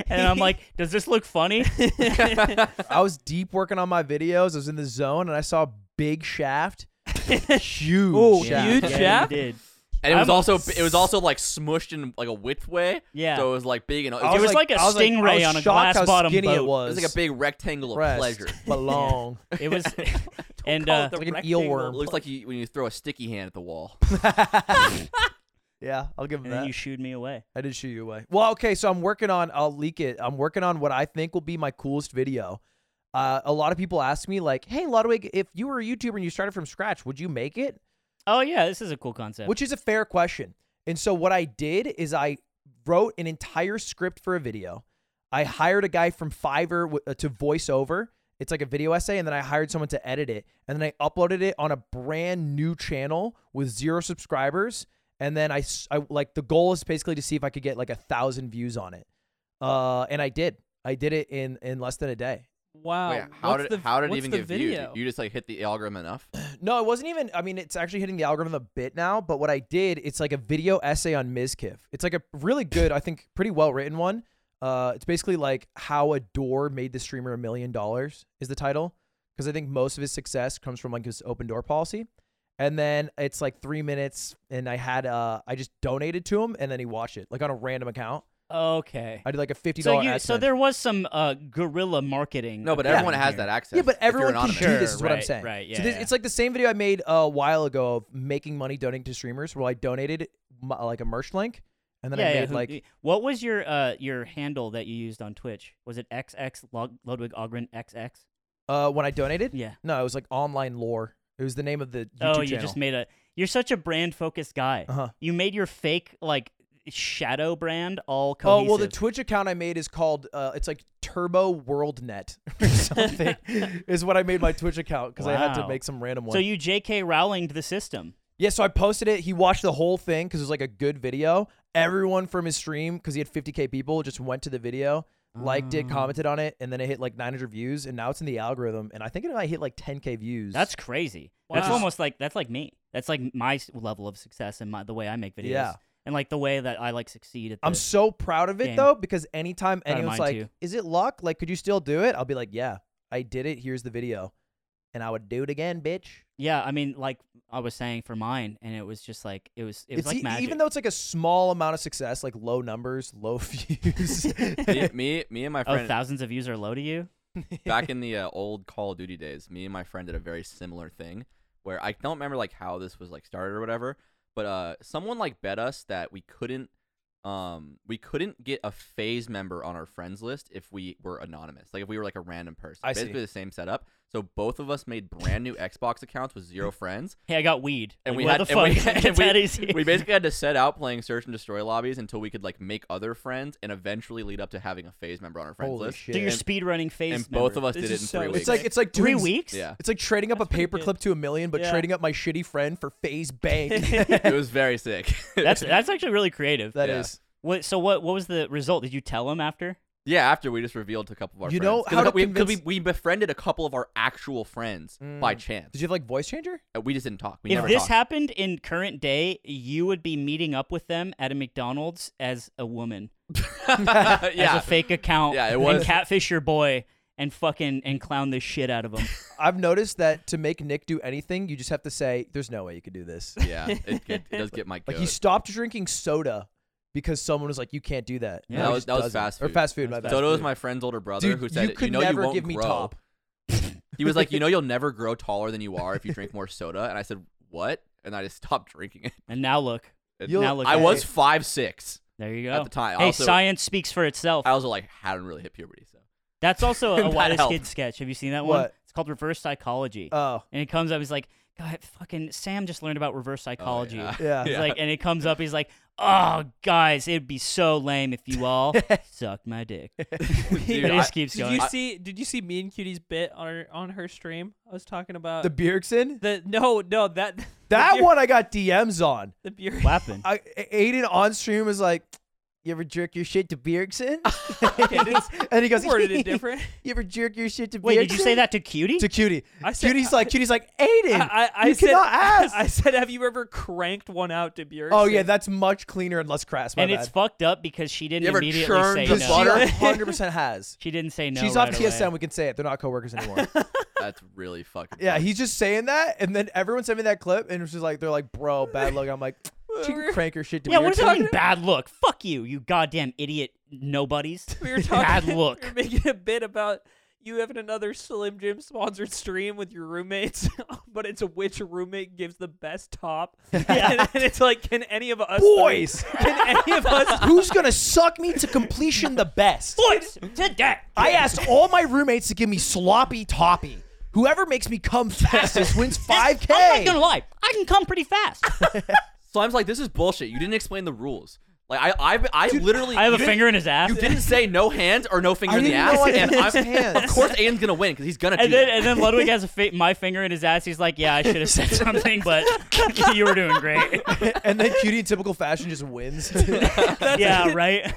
and I'm like, "Does this look funny?" [laughs] I was deep working on my videos. I was in the zone, and I saw a big shaft, [laughs] huge. Ooh, shaft. huge yeah, shaft? You did. And it was I'm- also it was also like smushed in like a width way. Yeah. So it was like big and it I was, was like, like a I was I stingray was on a shocked how glass-bottom skinny boat. It It it was, was like a big rectangle of [laughs] Breast, pleasure. [laughs] Belong. It [laughs] was, and call uh, it the Like an rectangle. It eelworm. looks like you, when you throw a sticky hand at the wall. yeah, I'll give him and then that. you shooed me away. I did shoot you away. Well, okay, so I'm working on. I'll leak it. I'm working on what I think will be my coolest video. Uh, a lot of people ask me like, "Hey, Ludwig, if you were a YouTuber and you started from scratch, would you make it?" Oh yeah, this is a cool concept. Which is a fair question. And so what I did is I wrote an entire script for a video. I hired a guy from Fiverr w- uh, to voice over. It's like a video essay, and then I hired someone to edit it, and then I uploaded it on a brand new channel with zero subscribers. And then I, s- I- like the goal is basically to see if I could get like a thousand views on it. Uh, and I did. I did it in in less than a day. Wow. Wait, how what's did the, how did it what's even the get video? viewed? You just like hit the algorithm enough. No, it wasn't even. I mean, it's actually hitting the algorithm a bit now. But what I did, it's like a video essay on Mizkiff. It's like a really good, I think, pretty well written one. Uh, it's basically like how a door made the streamer a million dollars is the title, because I think most of his success comes from like his open door policy. And then it's like three minutes, and I had uh, I just donated to him, and then he watched it like on a random account. okay. I did like a fifty So dollar. you, so there was some uh, guerrilla marketing. No, but occurring everyone has here. that access. Yeah, but if you're everyone can anonymous. do this. Sure, Is what I'm right, saying. right, So yeah, this, yeah. it's like the same video I made a while ago of making money donating to streamers, where I donated my, like a merch link, and then yeah, I yeah, made who- like what was your uh your handle that you used on Twitch? Was it XX Lod- Ludwig Ogren XX? uh when I donated. Yeah. No, it was like online lore. It was the name of the YouTube oh, you channel. just made a. You're such a brand focused guy. Uh-huh. You made your fake like shadow brand all Oh cohesive. well, the Twitch account I made is called uh, it's like Turbo World Net [laughs] [laughs] or something is what I made my Twitch account because I had to Wow. make some random one. so you J.K. Rowlinged the system. Yeah, so I posted it. He watched the whole thing because it was like a good video. Everyone from his stream, because he had 50k people, just went to the video, liked it, Oh. commented on it, and then it hit like 900 views. And now it's in the algorithm. And I think it might hit like 10k views. That's crazy. That's Wow. almost like that's like me. That's like my s- level of success and my the way I make videos. Yeah. And like the way that I like succeed at. The, I'm so proud of it Damn. though because anytime of mine, anyone's like, too. "Is it luck? Like, could you still do it?" I'll be like, "Yeah, I did it. Here's the video," and I would do it again, bitch. yeah, I mean, like I was saying for mine, and it was just like it was. It was it's like e- magic. even though it's like a small amount of success, like low numbers, low [laughs] views. me, me, me and my oh, friend thousands of views are low to you. [laughs] back in the uh, old Call of Duty days, me and my friend did a very similar thing where I don't remember like how this was like started or whatever, but uh, someone like bet us that we couldn't, um, we couldn't get a phase member on our friends list if we were anonymous, like if we were like a random person. I see. Basically the same setup. So both of us made brand new Xbox accounts with zero friends, Hey, I got weed. and Like, we where had the and we- [laughs] fuck and is we- that easy? we [laughs] basically had to set out playing search and destroy lobbies until we could like make other friends and eventually lead up to having a phase member on our friends Holy list. shit! So you're And- speedrunning phase. And both of member. us This did it in is so three weird. weeks. it's like it's like Three doing s- weeks. Yeah. It's like trading up a pretty good. paperclip to a million, but Yeah. trading up my shitty friend for Phase [laughs] [laughs] Bank. it was very sick. [laughs] That's that's actually really creative. [laughs] That is, Yeah. What? So what? What was the result? Did you tell him after? yeah. After we just revealed to a couple of our You friends. know 'Cause how to we, 'cause we convince- Mm. we befriended a couple of our actual friends by chance. Did you have like voice changer? Uh, we just didn't talk. We if never this talked. happened in current day, you would be meeting up with them at a McDonald's as a woman, [laughs] [laughs] yeah, as a fake account, Yeah, it and was- catfish your boy and fucking and clown the shit out of him. I've noticed that to make Nick do anything, you just have to say, "There's no way you could [laughs] do this." yeah. It, get- it does get my Like goat. he stopped drinking soda because someone was like, "You can't do that." Yeah. Now That he was- just that was does it. fast or food. fast food. That My was bad. fast Soto was food. my friend's older brother Dude, who said you could know never you won't give me grow. top. He was like, [laughs] you know, you'll never grow taller than you are if you drink more soda. And I said, what? And I just stopped drinking it. And now look, It- You'll- now look. I at was [laughs] it. five six There you go. at the time. I Hey, also, science speaks for itself. I also like hadn't really hit puberty, so [laughs] That's also a That Whitest helped. Kid sketch. Have you seen that one? What? It's called Reverse Psychology. Oh, and it comes up, he's like, God, fucking Sam just learned about reverse psychology. Oh, yeah. yeah. He's [laughs] like, and it comes up, he's like, oh, guys, it'd be so lame if you [laughs] all sucked my dick. [laughs] Dude, it I- just keeps Did going. you see? Did you see me and Cutie's bit on her, on her stream? I was talking about the Bjergsen. the no, no that [laughs] the That beer- one I got DMs on. The beer. [laughs] what happened? I, Aiden on stream was like, "You ever jerk your shit [laughs] to Bjergsen?" and he goes, worded [laughs] it different. You ever jerk your shit to Wait, did you Bjergsen?" say that uh, to Cutie? to Cutie? I said- Cutie's like, Cutie's like, Aiden. I, I, I you said, cannot ask. [laughs] I said, have you ever cranked one out to beer? oh yeah, that's much cleaner and less crass. My and bad. it's fucked up because she didn't You ever immediately churned say the no. Because fucked [laughs] she [laughs] butter? like, 100% has. She didn't say no. She's right off away. TSN. We can say it. They're not [laughs] coworkers anymore. that's really fucking. yeah, funny. [laughs] he's just saying that, and then everyone sent me that clip, and it's just like they're like, "Bro, bad luck." I'm like, She can crank her shit to yeah, me. we're You're talking bad look. Fuck you, you goddamn idiot nobodies. [laughs] We were talking. [laughs] bad We look. were making a bit about you having another Slim Jim sponsored stream with your roommates, [laughs] but it's which roommate gives the [laughs] best top. and, and it's like, can any of us [laughs] three- boys. [laughs] Can any of [laughs] us? Who's gonna suck me to completion the best? Boys, to death. I asked all my roommates to give me sloppy toppy. Whoever makes me come fastest [laughs] wins five I'm not gonna k. lie. I can come pretty fast. Slime's like, this is bullshit. You didn't explain the rules. Like I, I, I literally. I have you a didn't- finger in his ass. You didn't say no hands or no finger I in the didn't ass, know [laughs] I and didn't I'm, have hands. of course Aiden's gonna win because he's gonna do And then, that. and then Ludwig has a fi- my finger in his ass. He's like, "Yeah, I should have said something, but [laughs] you were doing great." And then Cutie in typical fashion just [laughs] wins. yeah, right.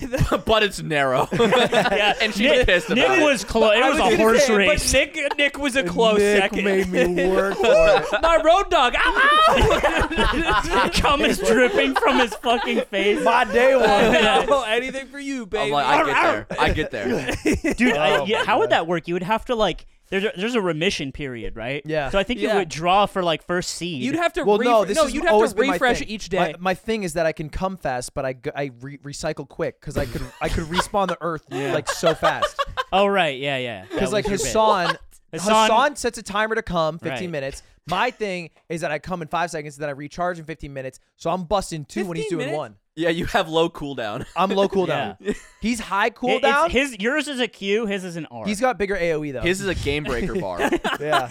[laughs] but it's narrow. [laughs] Yeah, [laughs] And she's Nick, pissed about Nick it. was close. It I was, was a gonna horse say, race. But Nick, Nick was a close Nick second. made me work for it. [laughs] My road dog. [laughs] Ow, ow! [laughs] Cum is dripping from his fucking face. My day [laughs] one. No, anything for you, I'm baby. like, I get there. I get [laughs] there. Dude, I, Oh yeah, my how would that work? You would have to like there's a, there's a remission period, right? Yeah. So I think you Yeah. would draw for like first seed. You'd have to. Well, re- no, this has you'd have always to been my refresh thing. each My, day. [laughs] my thing is that I can come fast, but I, g- I re- recycle quick because I could I could respawn the [laughs] Earth like so fast. oh right, yeah, yeah. That Because was like your bit. Hassan, Hassan- Hassan, sets a timer to come 15 Right. minutes. My thing is that I come in five seconds, then I recharge in 15 minutes. So I'm busting two when he's 15 doing minutes? one. Yeah, you have low cooldown. I'm low cooldown. He's high It- it's- cooldown. his yours is a Q, his is an R. he's got bigger AOE though. His is a game breaker bar. yeah.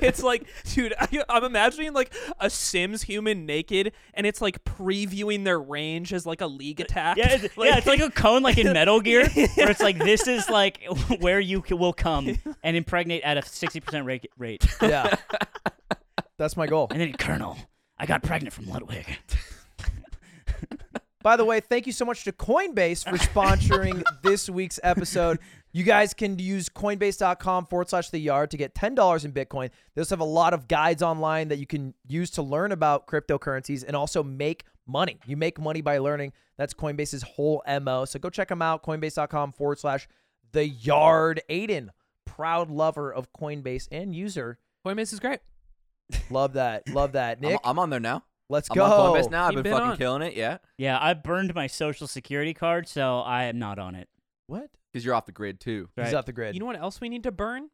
it's like, dude, [laughs] I, I'm imagining like a Sims human naked, and it's like previewing their range as like a league [laughs] attack. [laughs] yeah, it's, yeah, it's like a cone, like in Metal Gear, where it's like this [laughs] is like [laughs] where you c- will come and impregnate at a sixty percent rate, rate. Yeah. [laughs] That's my goal. And then Colonel, I got pregnant from Ludwig. By the way, thank you so much to Coinbase [laughs] for sponsoring this week's episode. You guys can use coinbase.com forward slash the yard to get $10 in Bitcoin. They also have a lot of guides online that you can use to learn about cryptocurrencies and also make money. You make money by learning. That's Coinbase's whole MO. So go check them out, coinbase.com forward slash the yard. Aiden, proud lover of Coinbase and user. Coinbase is great. Love that. Love that. I'm, Nick, I'm on there now. let's I'm go. on Columbus now. I've You've been, been fucking on. killing it. Yeah, Yeah, I burned my social security card, so I am not on it. What? because you're off the grid [laughs] too. [laughs] He's Right. off the grid. You know what else we need to burn?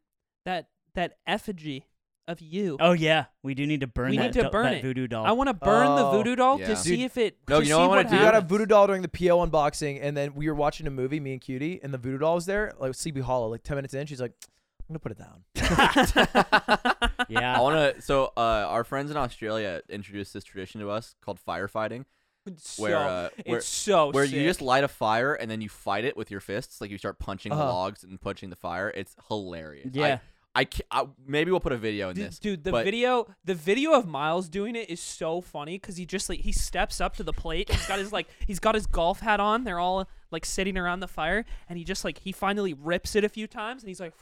That that effigy of you. Oh yeah, we do need to burn We that, need to do- burn that it. voodoo doll. I want to burn Oh. the voodoo doll Yeah. to see Dude. if it. No, to you know see what I wanna what do? We got a happens. voodoo doll during the PO unboxing, and then we were watching a movie, me and Cutie, and the voodoo doll was there, like Sleepy Hollow, like 10 minutes in. She's like, I'm going to put it down. I yeah, want to. So, uh, our friends in Australia introduced this tradition to us called firefighting, It's where, so- uh, where- it's so where sick. you just light a fire and then you fight it with your fists. Like you start punching the Uh-huh. logs and punching the fire. It's hilarious. Yeah. I, I, ca- I maybe we'll put a video in D- this. Dude, the but- video, the video of Miles doing it is so funny because he just like he steps up to the plate. He's got his like he's got his golf hat on. They're all like sitting around the fire, and he just like he finally rips it a few times, and he's like,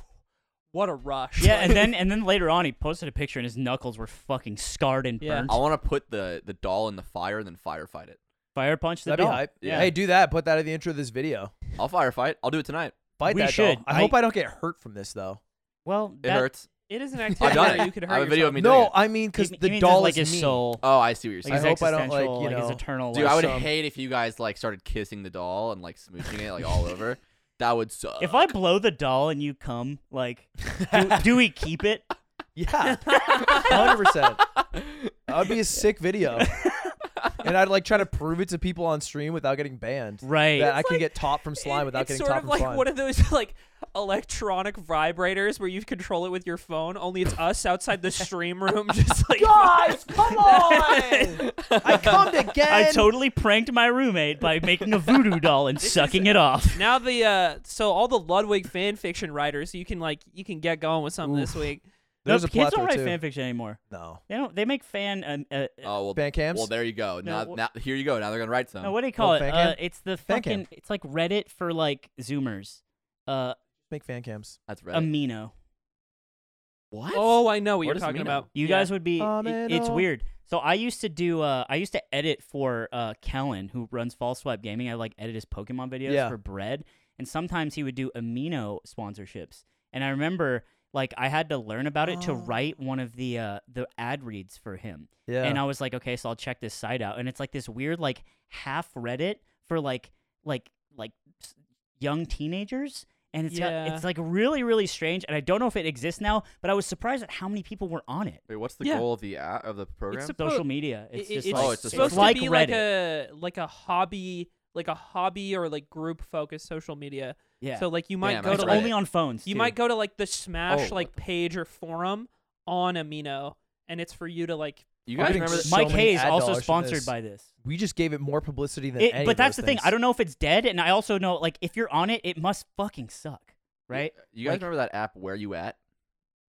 "What a [laughs] rush!" yeah, Like, and then and then later on, he posted a picture, and his knuckles were fucking scarred and Yeah. burnt. I want to put the the doll in the fire and then firefight it. Fire punch the That'd be doll. hype. Yeah. Hey, do that. Put that at the intro of this video. I'll firefight. I'll do it tonight. Fight We that should. doll. I, I- hope I don't get hurt from this, though. Well, It that, hurts. [laughs] it is an I've activity done where it. you could I hurt have a video yourself. of me doing No, it. I mean, because he- he the means doll it's like is his me. soul, Oh, I see what you're like saying. his I hope I don't, like, existential, you his know- eternal. Dude, life. I would some- hate if you guys like started kissing the doll and like smooching it like all over. That would suck. if I blow the doll and you come, like, [laughs] do, do we keep it? [laughs] Yeah. 100%. That would be a sick video. And I'd like try to prove it to people on stream without getting banned. Right. That I can like- get top from slime It- without it's getting sort top of from like slime. one [laughs] of those like electronic vibrators where you control it with your phone. Only it's us outside the stream room, [laughs] just like Guys, [laughs] come on! I come again. I totally pranked my roommate by making a [laughs] voodoo doll and sucking it off. [laughs] now the uh so all the Ludwig fan fiction writers, you can like you can get going with something this week. There's no, a kids don't plethora, write too. fanfiction anymore. No. They don't. They make fan. Um, uh, uh, oh well, Fan cams? well there you go. Now, wh- now here you go. Now they're gonna write some. no, what do you call Oh, it? fan Uh, cam? it's the Fan cam. fucking. It's like Reddit for like Zoomers. Uh, Make fan cams. That's right. Amino. what? Oh, I know what, What you're does talking Amino? about. You Yeah. guys would be. On it- and it's off. weird. So I used to do. Uh, I used to edit for uh, Kellen, who runs False Swipe Gaming. I like edit his Pokemon videos Yeah. for Bread, and sometimes he would do Amino sponsorships. And I remember like I had to learn about it to Oh. write one of the uh the ad reads for him. Yeah. And um, I was like, okay, so I'll check this site out. And it's like this weird like half Reddit for like like like s- young teenagers. And it's got- Yeah. it's like really really strange. And I don't know if it exists now, but I was surprised at how many people were on it. Wait, what's the Yeah. goal of the app of the program? supposed- Social Well, media. It's It- just it's like Oh, it's a it's social- supposed like to be Reddit. like a like a hobby, like a hobby or like group focused social media. yeah. So like you might Damn, go I it's to saw like, only on phones. you too. might go to like the Smash Oh, like what the- page or forum on Amino, and it's for you to like you I'm guys getting remember? so Mike many Hayes ad also dollars for sponsored this. by this. we just gave it more publicity than It- any but of that's those the thing. things. I [laughs] don't know if it's dead, and I also know like if you're on it, it must fucking suck, right? You guys Like- remember that app? Where you at?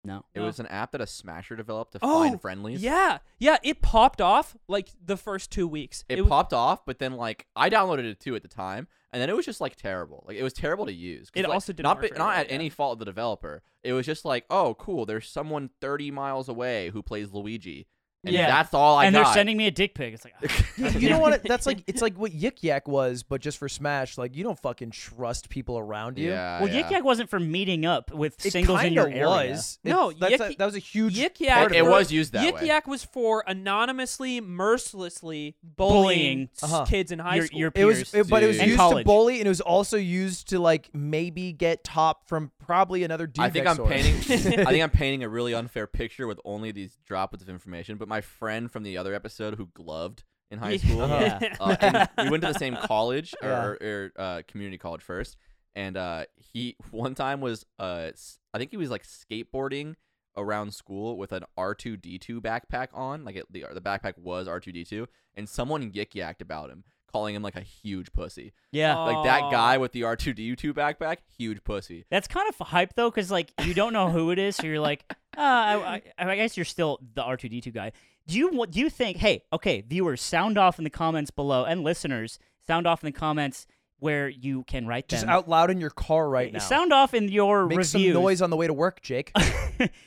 No. It No. was an app that a Smasher developed to Oh, find friendlies. yeah yeah it popped off like the first two weeks. It, was- popped off, but then like I downloaded it too at the time, and then it was just like terrible. Like it was terrible to use. 'cause, It like, also didn't not work be- very not well, at yeah. any fault of the developer. It was just like, oh, cool. There's someone 30 miles away who plays Luigi, and Yeah. that's all I and got. they're sending me a dick pic. It's like "Ah, you [laughs] know what? That's like it's like what Yik Yak was, but just for Smash. Like you don't fucking trust people around you. yeah. well, yeah. Yik Yak wasn't for meeting up with It singles in your kinda area. was. It- No, that's Yik- a- that was a huge. Yik Yak. part of It for- was used that Yik way. Yak was for anonymously, mercilessly Bullying. bullying, s- Uh-huh. kids in high Your- school. your It was, peers. it- but it was Dude. used to College. bully, and it was also used to like maybe get top from probably another dude. I think next I'm door. painting. I think I'm painting a really unfair picture with only these droplets of information. But my friend from the other episode who gloved in high Yeah. [laughs] school, Yeah. uh, and we went to the same college or, Yeah. or uh, community college first, and uh, he one time was uh, s- I think he was like skateboarding around school with an R2D2 backpack on, like it, the the backpack was R2D2, and someone yik yacked about him, calling him like a huge pussy. Yeah, Oh. Like that Aw. guy with the R2D2 backpack, huge pussy. that's kind of hype though, because like you don't know who it is, so you're like, [laughs] uh, I, I, I guess you're still the R two D two guy. Do you wa- do you think? Hey, okay, viewers, sound off in the comments below, and listeners, sound off in the comments where you can write [laughs] just them. out loud in your car right now. Sound off in your Make some reviews. noise on the way to work, Jake. [laughs]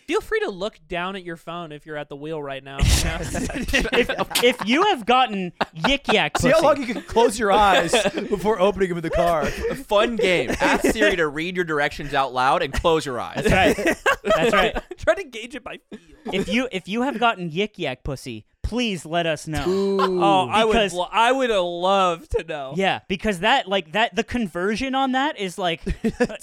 Feel free to look down at your phone if you're at the wheel right [laughs] now. [laughs] if, if you have gotten yik yak [laughs] See how pussy- long you [laughs] can close your eyes before opening him in the car. fun game. Ask Siri to read your directions out loud and close your eyes. That's [laughs] right. That's right. Try to gauge it by feel. If you if you have gotten yik yak pussy, please let us know. Oh, I would. Because- Lo- I would have loved to know. Yeah, because that like that the conversion on that is [laughs] like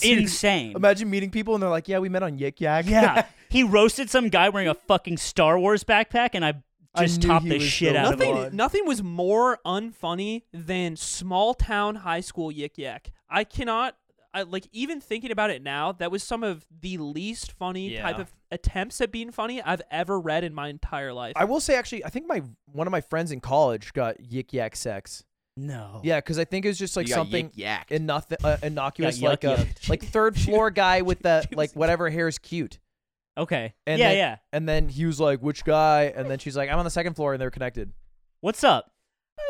insane. Imagine meeting people and they're like, "Yeah, we met on Yik Yak." Yeah, [laughs] he roasted some guy wearing a fucking Star Wars backpack, and I I just knew topped he the was shit the out one. of Nothing. him. on. Nothing was more unfunny than small town high school yik yak. I cannot. I like even thinking about it now. That was some of the least funny type Yeah. of attempts at being funny I've ever read in my entire life. [laughs] I will say actually, I think my one of my friends in college got Yik Yak sex. No. Yeah, because I think it was just like you something Got yak. inoth- uh, innocuous, Got like a, yuck-yucked. [laughs] like third [laughs] floor guy with the like whatever hair is cute. Okay. And yeah, then, yeah. And then he was like, "Which guy?" And then she's like, "I'm on the second floor," and they're connected. What's up?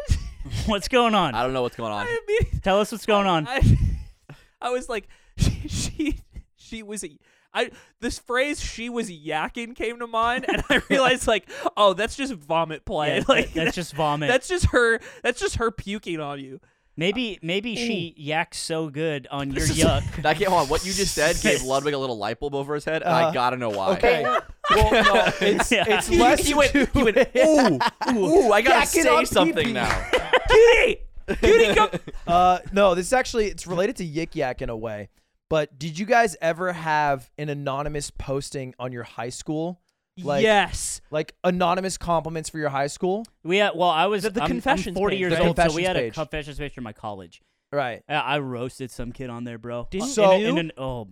[laughs] What's going on? I don't know what's going on. [laughs] I immediately- Tell us what's going on. I, I [laughs] was like, she, she, she was. a- I this phrase "she was yakking" came to mind, and I realized like, oh, that's just vomit [laughs] play. Yeah, like that's just vomit. that's just her. That's just her puking on you. Maybe maybe she yaks so good on your yuck. That came on. What you just said gave Ludwig a little light bulb over his head, and Uh, I gotta know why. [laughs] Okay. [laughs] well, no, it's Yeah. it's He- less. He went. to- He went. Ooh, ooh! I gotta Yakking say on something pee-pee. now. [laughs] Cutie, cutie, come. [laughs] Uh, no, this is actually it's related to Yik Yak in a way. But did you guys ever have an anonymous posting on your high school? Like, yes. like anonymous compliments for your high school? We had, well, I was The- the I'm- I'm confessions 40 page, years right? old, so we Confessions had a page. confessions page from my college. Right. I, I roasted some kid on there, bro. Didn't So- In- in an- oh,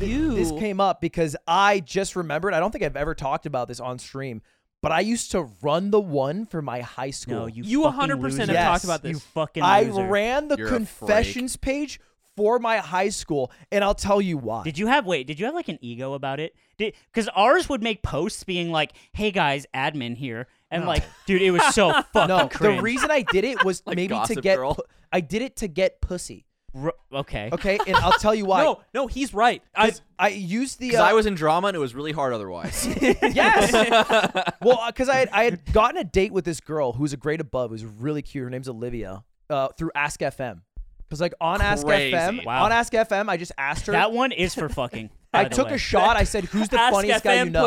you? This came up because I just remembered. I don't think I've ever talked about this on stream, but I used to run the one for my high school. no, you You fucking 100% loser. have talked about You this. fucking I loser. ran the You're a freak. confessions page for my high school, and I'll tell you why. Did you have wait? Did you have like an ego about it? Because ours would make posts being like, "Hey guys, admin here," and like, dude, it was so fucking no, cringe. the reason I did it was Like maybe to Gossip get. Girl. pu- I did it to get pussy. Ru- okay, Okay, and I'll tell you why. No, no, he's right. I, 'Cause I used the. Because Uh, I was in drama, and it was really hard [laughs] otherwise. yes. well, because I had, I had gotten a date with this girl who was a grade above, who's really cute. Her name's Olivia. Uh, through Ask FM, because like on Ask Crazy. FM, Wow. on Ask FM, I just asked her. that one is for fucking. I by the took way. a shot. I said, "Who's the Ask funniest guy FM you know?"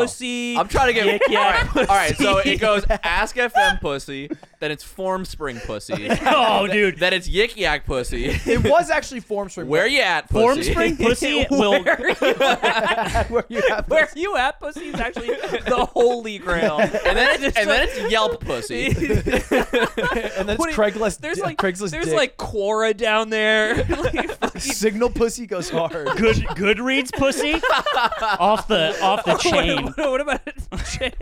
[laughs] pussy. [laughs] I'm trying to get. Dick, yeah, all, right, all right, so it goes ask FM pussy, then it's form spring [laughs] pussy, [laughs] oh, dude. then it's yik yak pussy. It was actually Form Spring. [laughs] Where you at, pussy? Form spring pussy will. where you have Where you at? Pussy [laughs] is actually the holy [laughs] grail. And then it's, and then it's Yelp [laughs] pussy. and that's What do you- Craigslist. There's yeah, like Craigslist. There's dick. [laughs] like Quora down there. [laughs] Like, fucking- signal pussy goes [laughs] hard. Good Goodreads pussy off the off the [laughs] chain. [laughs] What, what about [laughs] Jag,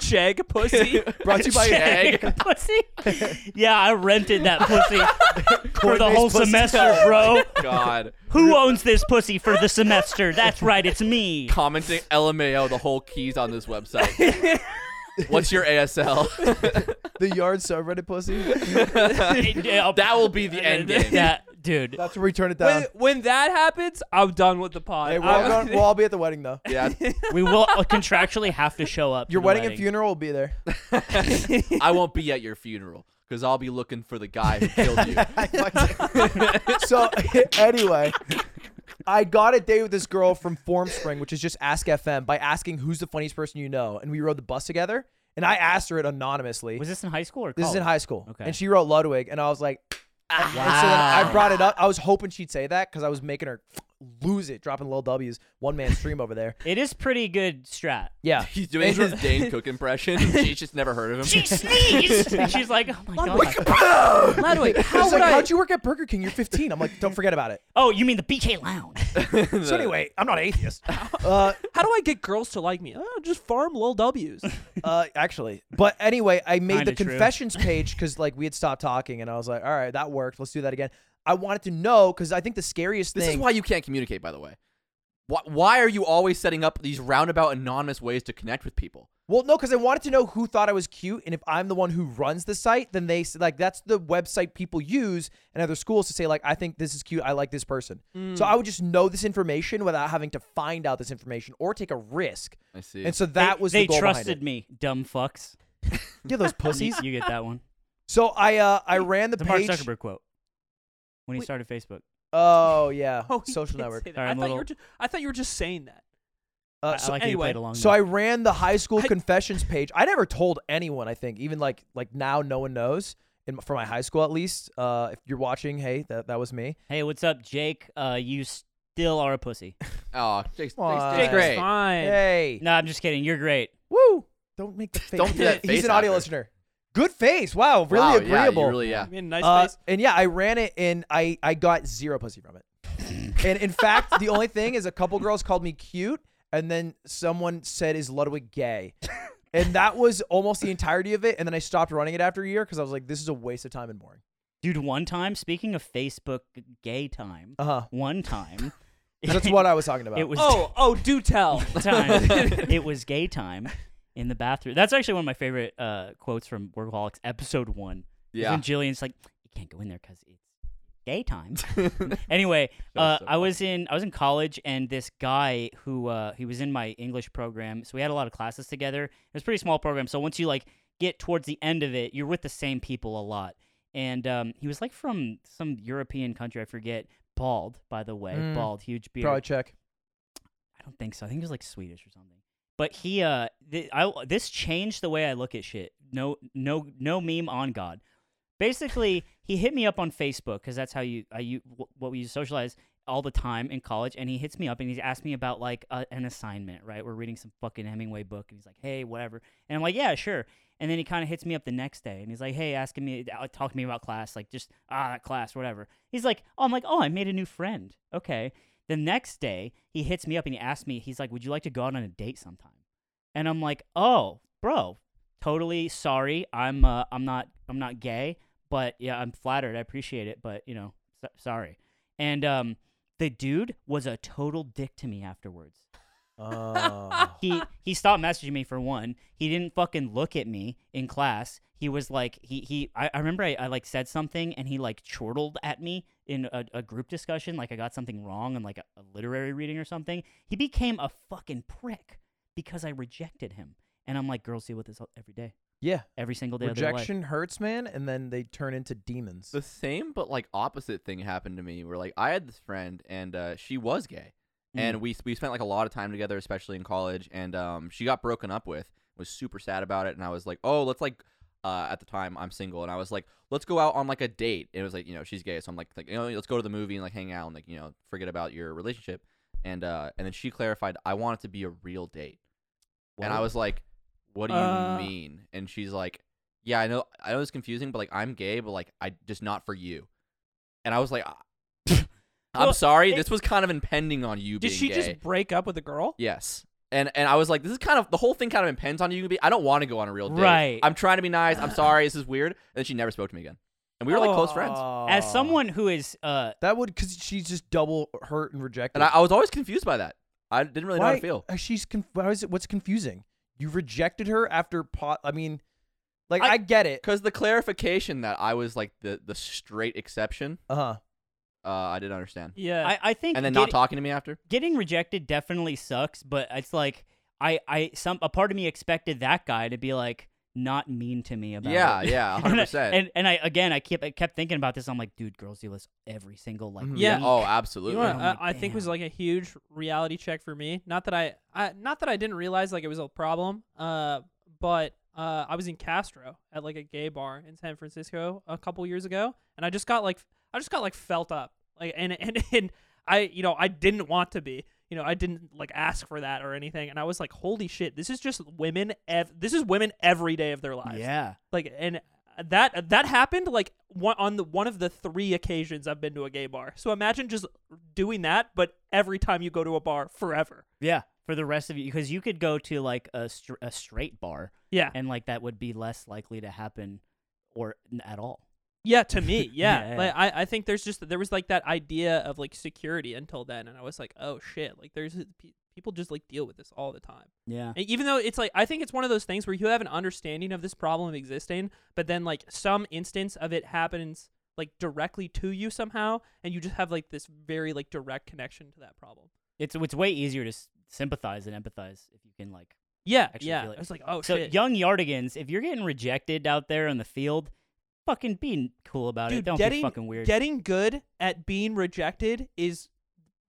jag pussy? [laughs] Brought [laughs] to you by Shag. [laughs] pussy. Yeah, I rented that pussy for the Coinbase whole pussy. semester, bro. God, Who owns this pussy for the semester? That's right, [laughs] it's me. [laughs] commenting LMAO the whole keys on this website. What's your ASL? [laughs] the yard subreddit pussy. That will be the end game. uh, [laughs] That dude. That's where we turn it down. When, when that happens, I'm done with the pod. Hey, we're [laughs] all I'm- going, we'll all be at the wedding though. Yeah, We will uh, contractually have to show up. to Your the wedding, and funeral will be there. I won't be at your funeral because I'll be looking for the guy who killed you. [laughs] so [laughs] anyway, I got a date with this girl from Form Spring, which is just Ask FM, by asking who's the funniest person you know, and we rode the bus together. And I asked her it anonymously. Was this in high school or this is in college? high school, Okay. and she wrote Ludwig, and I was like, ah. And so then Wow. I brought it up. I was hoping she'd say that because I was making her lose it, dropping little W's, one man stream over there. It is pretty good [laughs] strat. Yeah. He's doing his Dane Cook impression. She's just never heard of him. sneezed. she's like, oh my god. [laughs] Ludwig, how She's would like, I? how'd you work at Burger King? You're 15. I'm like, don't forget about [laughs] it. Oh, you mean the BK Lounge? So anyway, I'm not atheist. Uh, How do I get girls to like me? Oh, just farm little [laughs] W's. uh, actually, but anyway, I made Kinda the true. confessions page because like we had stopped talking, and I was like, all right, that worked. Let's do that again. I wanted to know because I think the scariest This thing. is why you can't communicate, by the way. Why, why are you always setting up these roundabout anonymous ways to connect with people? Well, no, because I wanted to know who thought I was cute, and if I'm the one who runs the site, then they s- like that's the website people use and other schools to say like I think this is cute, I like this person. Hmm. Mm. So I would just know this information without having to find out this information or take a risk. I see. And so [laughs] that They- was they the goal trusted behind me, dumb fucks. it. [laughs] Yeah, those You, pussies. you get that one. so I uh [laughs] I ran [laughs] the It's a Mark page. Zuckerberg quote when he Wait. started Facebook. Oh yeah, [laughs] Oh, he social did network. say that. Sorry, I I'm thought you little- were. Just, I thought you were just saying that. Uh, I- so I like anyway, how you played along. So though. I ran the high school I- confessions page. I never told anyone. I think even like like now no one knows. In, for my high school at least. Uh, if you're watching, hey, that that was me. hey, what's up, Jake? Uh, you still are a [laughs] pussy. oh, Jake's, Jake's, Why? Jake's Jake's great. Fine. Hey. No, I'm just kidding. You're great. Woo! Don't make the face. Don't do that He's face an audio after. listener. Good face. Wow, really Wow, yeah, you agreeable. really, yeah. I mean, nice Uh, face. and yeah, I ran it and I I got zero [laughs] pussy from it. and in fact, the only thing is a couple girls called me cute, and then someone said, "Is Ludwig gay?" And that was almost the entirety of it. And then I stopped running it after a year because I was like, "This is a waste of time and boring." Dude, one time, speaking of Facebook gay time, [laughs] Uh huh. one time. [laughs] That's [laughs] what I was talking about. It was [laughs] Oh, oh, do tell. [laughs] time. [laughs] it was gay time in the bathroom. That's actually one of my favorite uh, quotes from Workaholics, episode one. is Yeah. When Jillian's like, you can't go in there because it's [laughs] gay time. [laughs] anyway, uh, so I was in I was in college, and this guy who uh, he was in my English program, so we had a lot of classes together. It was a pretty small program, so once you like get towards the end of it, you're with the same people a lot. And um, he was like from some European country, I forget. Bald, by the way, Mm. bald, huge beard. [laughs] probably check. I don't think so. I think it was like Swedish or something. But he, uh, th- I this changed the way I look at shit. No, no, no meme on God. Basically, he hit me up on Facebook because that's how you, I, you, what we use to socialize all the time in college. And he hits me up and he's asked me about like a, an assignment. Right, we're reading some fucking Hemingway book, and he's like, "Hey, whatever," and I'm like, "Yeah, sure." And then he kind of hits me up the next day, and he's like, "Hey, asking me, like, talk to me about class, like just ah that class, whatever." He's like, "Oh, I'm like, oh, I made a new friend." Okay. The next day, he hits me up and he asks me, he's like, "Would you like to go out on a date sometime?" And I'm like, "Oh, bro, totally sorry. I'm uh, I'm not I'm not gay, but yeah, I'm flattered. I appreciate it, but you know, so- sorry." And um, the dude was a total dick to me afterwards Oh. he he stopped messaging me for one. He didn't fucking look at me in class. He was like he he. I, I remember I, I like said something and he like chortled at me in a, a group discussion. Like I got something wrong in like a, a literary reading or something. He became a fucking prick because I rejected him. And I'm like, girls deal with this all- every day, yeah. every single day of Rejection hurts, man, and then they turn into demons. The same but like opposite thing happened to me where like I had this friend and uh, she was gay Mm. and we we spent like a lot of time together, especially in college. And um, she got broken up with, was super sad about it, and I was like, oh, let's like. Uh, at the time, I'm single, and I was like, "Let's go out on like a date." And it was like, you know, she's gay, so I'm like, like, you know, let's go to the movie and like hang out and like, you know, forget about your relationship. And uh, and then she clarified, "I want it to be a real date." And I Whoa. was like, "What do you Uh. mean?" And she's like, "Yeah, I know, I know it's confusing, but like, I'm gay, but like, I just not for you." And I was [laughs] like, "Ah, "I'm Well, sorry, it- this was kind of impending on you." Did being she gay." just break up with a girl? Yes. And and I was like, this is kind of the whole thing kind of impends on you. Be I don't want to go on a real date. Right. I'm trying to be nice. [sighs] I'm sorry. This is weird. And then she never spoke to me again. And we were like close friends. As someone who is uh that would because she's just double hurt and rejected. And I, I was always confused by that. I didn't really know how Why- to feel. uh, She's conf- why is it? What's confusing? You rejected her after pot. I mean, like I, I- get it. Because the clarification that I was like the the straight exception, Uh huh. uh, I didn't understand. Yeah. I, I think And then getting, not talking to me after. getting rejected definitely sucks, but it's like I I some a part of me expected that guy to be like not mean to me about Yeah, it. [laughs] yeah, And I- 100%. And and I again I kept I kept thinking about this. I'm like, dude, girls do this every single like Mhm. Yeah. week. Oh, You absolutely. know what, I'm I, like, I think was damn. like a huge reality check for me. Not that I, I not that I didn't realize like it was a problem. Uh, but uh, I was in Castro at like a gay bar in San Francisco a couple years ago, and I just got like I just got like felt up. Like and and [laughs] and I you know I didn't want to be. You know I didn't like ask for that or anything, and I was like, holy shit, this is just women. Ev- this is women every day of their lives yeah. like and that that happened like one on the one of the three occasions I've been to a gay bar. So imagine just doing that, but every time you go to a bar forever. Yeah, for the rest of you, because you could go to like a str- a straight bar, Yeah, and like that would be less likely to happen, or n- at all. yeah. To [laughs] me, yeah. Yeah, yeah. Like I, I think there's just there was like that idea of like security until then, and I was like, oh shit, like there's pe- people just like deal with this all the time. Yeah, And E, even though it's like I think it's one of those things where you have an understanding of this problem existing, but then like some instance of it happens like directly to you somehow, and you just have like this very like direct connection to that problem. it's it's way easier to s- sympathize and empathize if you can like. Yeah, actually yeah. feel it. I was like, oh so shit. young yardigans, if you're getting rejected out there on the field, fucking be n- cool about it. Dude, Don't getting be fucking weird. getting good at being rejected is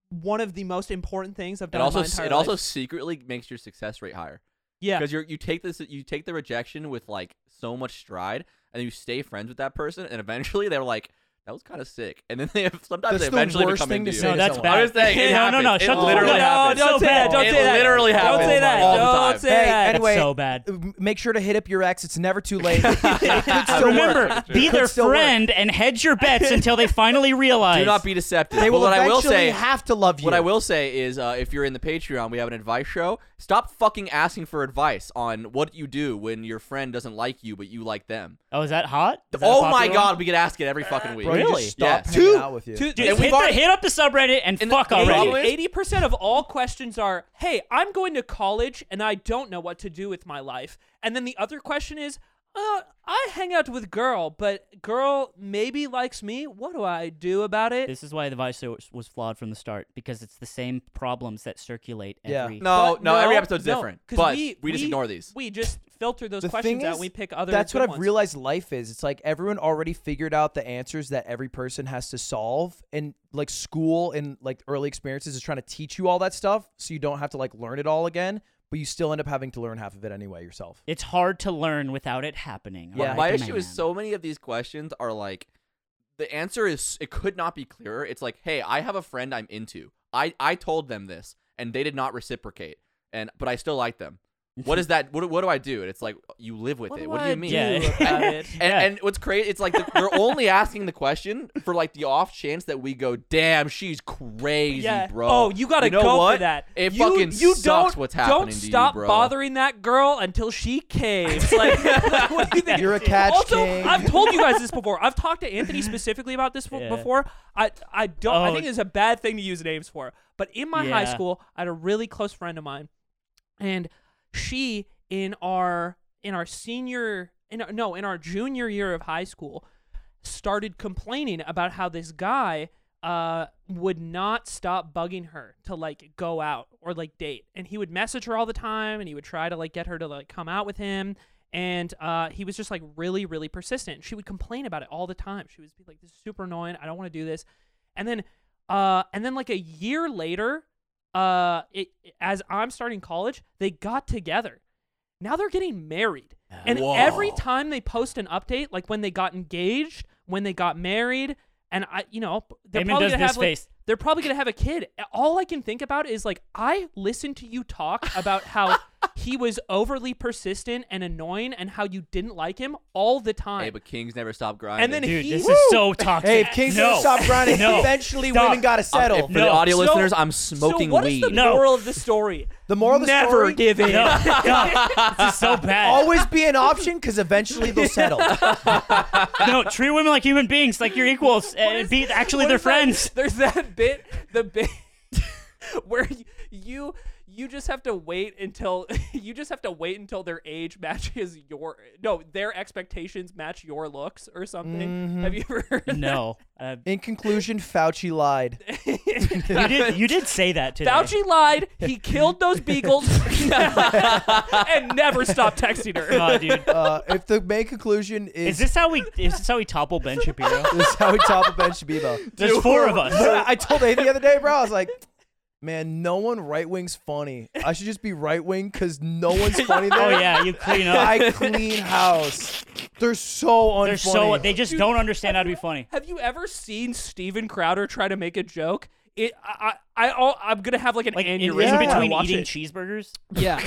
one of the most important things I've It done. in also my s- entire it also life. secretly makes your success rate higher. yeah, because you're you take this you take the rejection with like so much stride and you stay friends with that person and eventually they're like that was kind of sick and then [laughs] they sometimes That's they the eventually worst become thing into to you. say no, to that's someone. bad. I'm just saying, it [laughs] no, no, no, happens. Shut It the fuck literally up. happens. So No, don't say that. bad. Don't It say that. literally Don't say happens that. all the Don't time. say Hey, that. anyway, so bad. m- make sure to hit up your ex. It's never [laughs] too late. It [laughs] could still Remember, work. be Could their still work. friend and hedge your bets until they finally [laughs] realize. do not be deceptive They But will what i eventually will say have to love you. what i will say is uh, if you're in the patreon we have an advice show stop fucking asking for advice on what you do when your friend doesn't like you but you like them Oh, is that hot? Is that a oh my popular one? god we could ask it every fucking week Bro, you just Really? Stop Yes. hanging Two- out with you. Dude, Dude, And hit, we've the- already- hit up the subreddit and And the- fuck and the already. problem is- Eighty percent of all questions are, "Hey, I'm going to college and I don't know what to do with my life." And then the other question is, "Uh, I hang out with girl, but girl maybe likes me. What do I do about it?" This is why the Vice was, was flawed from the start because it's the same problems that circulate Yeah. every. no, But Oh, no, every episode's no, different. 'cause But we, just ignore these. We just filter those The questions thing out. is, and we pick other. That's what good I've ones. realized life is. It's like everyone already figured out the answers that every person has to solve. And like school and like early experiences is trying to teach you all that stuff so you don't have to like learn it all again, but you still end up having to learn half of it [laughs] anyway yourself. It's hard to learn without it happening. Yeah. alright, My issue is man. so many of these questions are like the answer is it could not be clearer. It's like, hey, I have a friend I'm into. I I told them this and they did not reciprocate. And but I still like them. What is that? What, what do I do? And it's like you live with What it. do What do I you mean? do Yeah. [laughs] about it? And, Yeah. and what's crazy, it's like the, they're only asking the question for like the off chance that we go, damn, she's crazy, Yeah. bro. Oh, you gotta know go what? for that. It you, fucking you sucks don't, what's happening Don't to you, stop bro. bothering that girl until she caves. Like, [laughs] what do you think? You're a catch also, king. I've told you guys this before. I've talked to Anthony specifically about this fo- Yeah. before. I I don't. I Oh. think it's a bad thing to use names for. But in my high Yeah. school, I had a really close friend of mine, and she in our in our senior in our, no in our junior year of high school started complaining about how this guy uh would not stop bugging her to like go out or like date and he would message her all the time and he would try to like get her to like come out with him and uh he was just like really really persistent she would complain about it all the time she was like this is super annoying i don't want to do this and then uh and then like a year later uh, it, as I'm starting college, they got together. Now they're getting married. And Ah, Whoa. every time they post an update, like when they got engaged, when they got married, and I, you know, they're Eamon probably does gonna this have like, face. they're probably gonna have a kid. All I can think about is like I listened to you talk [laughs] about how he was overly persistent and annoying, and how you didn't like him all the time. Hey, but Kings never stop grinding. and then Dude, he, this is [laughs] so toxic. Hey, if Kings no. didn't stop grinding, no. eventually Stop. women gotta I'm- settle. for No. the audio So- listeners, I'm so smoking what is weed. the No. moral of the story? The moral of the Never story: give [laughs] in. No, no, this [laughs] is so bad. always be an option because eventually they'll settle. no, treat women like human beings, like your equals, and is- be actually [laughs] what their is that- friends. [laughs] There's that bit, the bit [laughs] where y- you you just have to wait until [laughs] you just have to wait until their age matches your no their expectations match your looks or something. Have you ever? Heard Mm-hmm. No, uh, In conclusion, Fauci lied. you did. You did say that today. Fauci lied. [laughs] He killed those beagles [laughs] and never stopped [laughs] texting her. Oh, dude. Uh, if the main conclusion Is is, this how we? Is this how we topple Ben [laughs] Shapiro? this is how we topple Ben [laughs] Shabibo. There's four of us. I told Aiden the other day, bro. I was like, man, no one right wing's funny. I should just be right wing because no [laughs] one's funny there. Oh yeah, you clean up. I clean house. They're so unfunny. They're so. They [laughs] just don't understand how to be funny. Have you ever seen Steven Crowder try to make a joke? It, I, I, I, I'm gonna have like an Like in, in aneurysm Yeah. when I between watch eating it. cheeseburgers. [laughs] Yeah.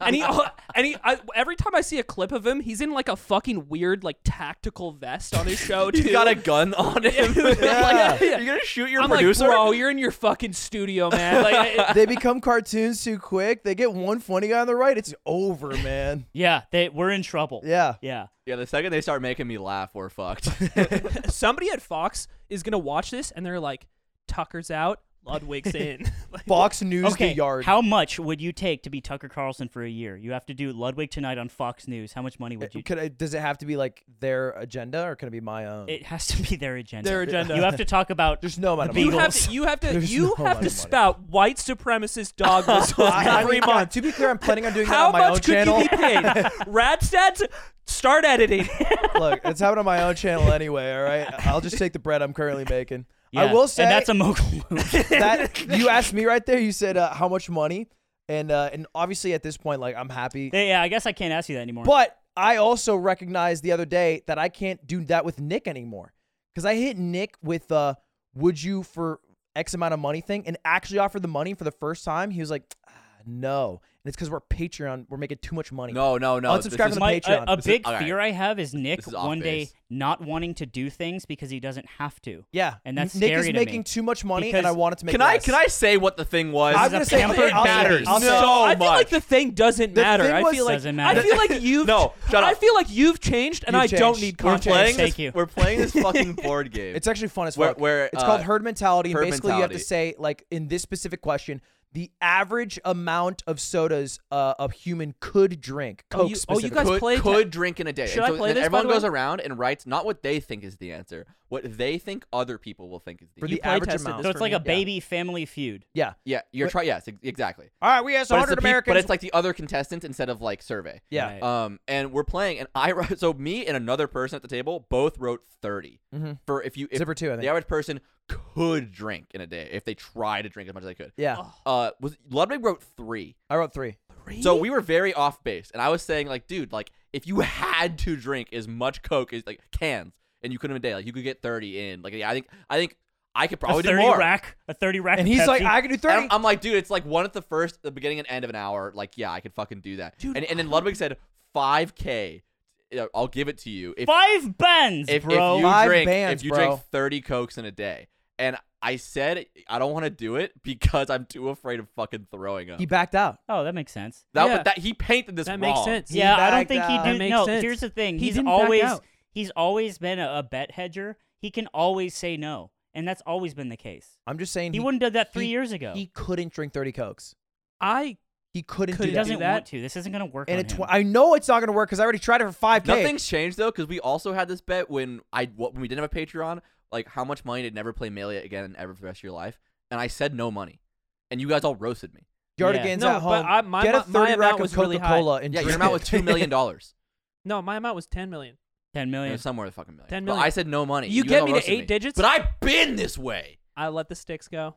and he oh, and he I, every time I see a clip of him, he's in like a fucking weird like tactical [laughs] vest on his show too. He's got a gun [laughs] on him. Like, Yeah. You're gonna shoot your I'm producer? like, bro, you're in your fucking studio, man. Like, it- they become cartoons too quick. They get one funny guy on the right. It's over, man. Yeah, they we're in trouble. Yeah. Yeah. yeah, the second they start making me laugh, we're fucked. [laughs] [laughs] somebody at Fox is gonna watch this and they're like, Tucker's out, [laughs] Ludwig's in. [laughs] Like, Fox News Okay. the yard. How much would you take to be Tucker Carlson for a year? You have to do Ludwig tonight on Fox News. How much money would you? Could I, does it have to be like their agenda or can it be my own? It has to be their agenda. Their agenda. You have to talk about. There's no amount of The you money. have Beatles. to, you have to, There's you no have amount to of money. spout white supremacist [laughs] dog whistles I- I every mean, God, month. To be clear, I'm planning on doing that How on my own much could channel. you [laughs] be paid? Radstats, start editing. Look, it's happening on my own channel anyway. All right, I'll just take the bread I'm currently making. Yeah. I will say and that's a mogul move. [laughs] [laughs] that you asked me right there. You said uh, how much money, and uh, and obviously at this point, like I'm happy. They- yeah, I guess I can't ask you that anymore. But I also recognized the other day that I can't do that with Nick anymore because I hit Nick with uh, "Would you for X amount of money" thing, and actually offered the money for the first time. He was like, ah, "No," and it's because we're Patreon. We're making too much money. no, no, no. this Unsubscribe is to My- Patreon. a, a This is- big alright. fear I have is Nick This is off one day base. not wanting to do things because he doesn't have to. Yeah, And that's Nick scary is to making me. too much money, Because- and I wanted to [laughs] make. Can I less. can I say what the thing was? I'm is a gonna say [laughs] pampered I'll say- matters I'll say- so I feel much. like the thing doesn't matter. thing I was- feel like Doesn't matter. I feel like you've No, shut I up. feel like you've changed and You've I don't changed. need We're we're context. playing Thank this, you. We're playing [laughs] this fucking board game. It's actually fun as Where- fuck. where, it's uh, called herd mentality, and herd basically you have mentality. to say like in this specific question, the average amount of sodas uh, a human could drink. Oh, Coke you- oh, you specifically. guys could, play te- could drink in a day. Should And I so play then this, by Everyone the way? goes around and writes not what they think is the answer, what they think other people will think is the For answer. the play average tested amount. this So it's for like me. a baby family feud. yeah. yeah, you're trying. Yes, ex- exactly. All right, we asked But it's, 100 the peop- Americans. but it's like the other contestant instead of like survey. yeah. Right. Um, and we're playing, and I wrote- so me and another person at the table both wrote thirty Mhm. for if you if Zipper two, I the think. average person could drink in a day if they try to drink as much as they could. Yeah. Uh, was Ludwig wrote three, I wrote [laughs] three. so we were very off base, and I was saying like, dude, like if you had to drink as much Coke as like cans, and you couldn't a day, like you could get thirty in. Like yeah, I think I think I could A probably do thirty more. rack. A thirty rack. And of he's like, Pepsi. I can do 30. And I'm, I'm like, dude, it's like one at the first, the beginning and end of an hour. Like, yeah, I could fucking do that. Dude, and, and then Ludwig said, 5K, uh, I'll give it to you. If, five bends, if, if bro. you Five drink, bands, if you bro. drink 30 Cokes in a day. And I said, I don't want to do it because I'm too afraid of fucking throwing up. he backed out. oh, that makes sense. that, Yeah. that, he painted this that wrong. makes sense. He yeah, I don't backed think out. he That did. makes No, sense. here's the thing. He he's didn't back always out. he's always been a, a bet hedger. He can always say no, and that's always been the case. I'm just saying He, wouldn't have done that three he- years ago. he couldn't drink 30 Cokes. I He couldn't Could- do He that. doesn't do that. want to. This isn't gonna work. and on it tw- him. I know it's not going to work because I already tried it for 5K. Nothing's changed though, because we also had this bet when I when we didn't have a Patreon, like how much money to never play Melee again ever for the rest of your life, and I said no money, and you guys all roasted me. Yardigans No, at home. but I- my- Get a my- 30 my amount rack of was really high. Coca-Cola and Yeah, drink your amount it. was two [laughs] million dollars. no, my amount was ten million. Ten It million. was somewhere the fucking million. 10 But million. I said no money. You guys get all me to roasted eight digits? But I've been this way. I let the sticks go.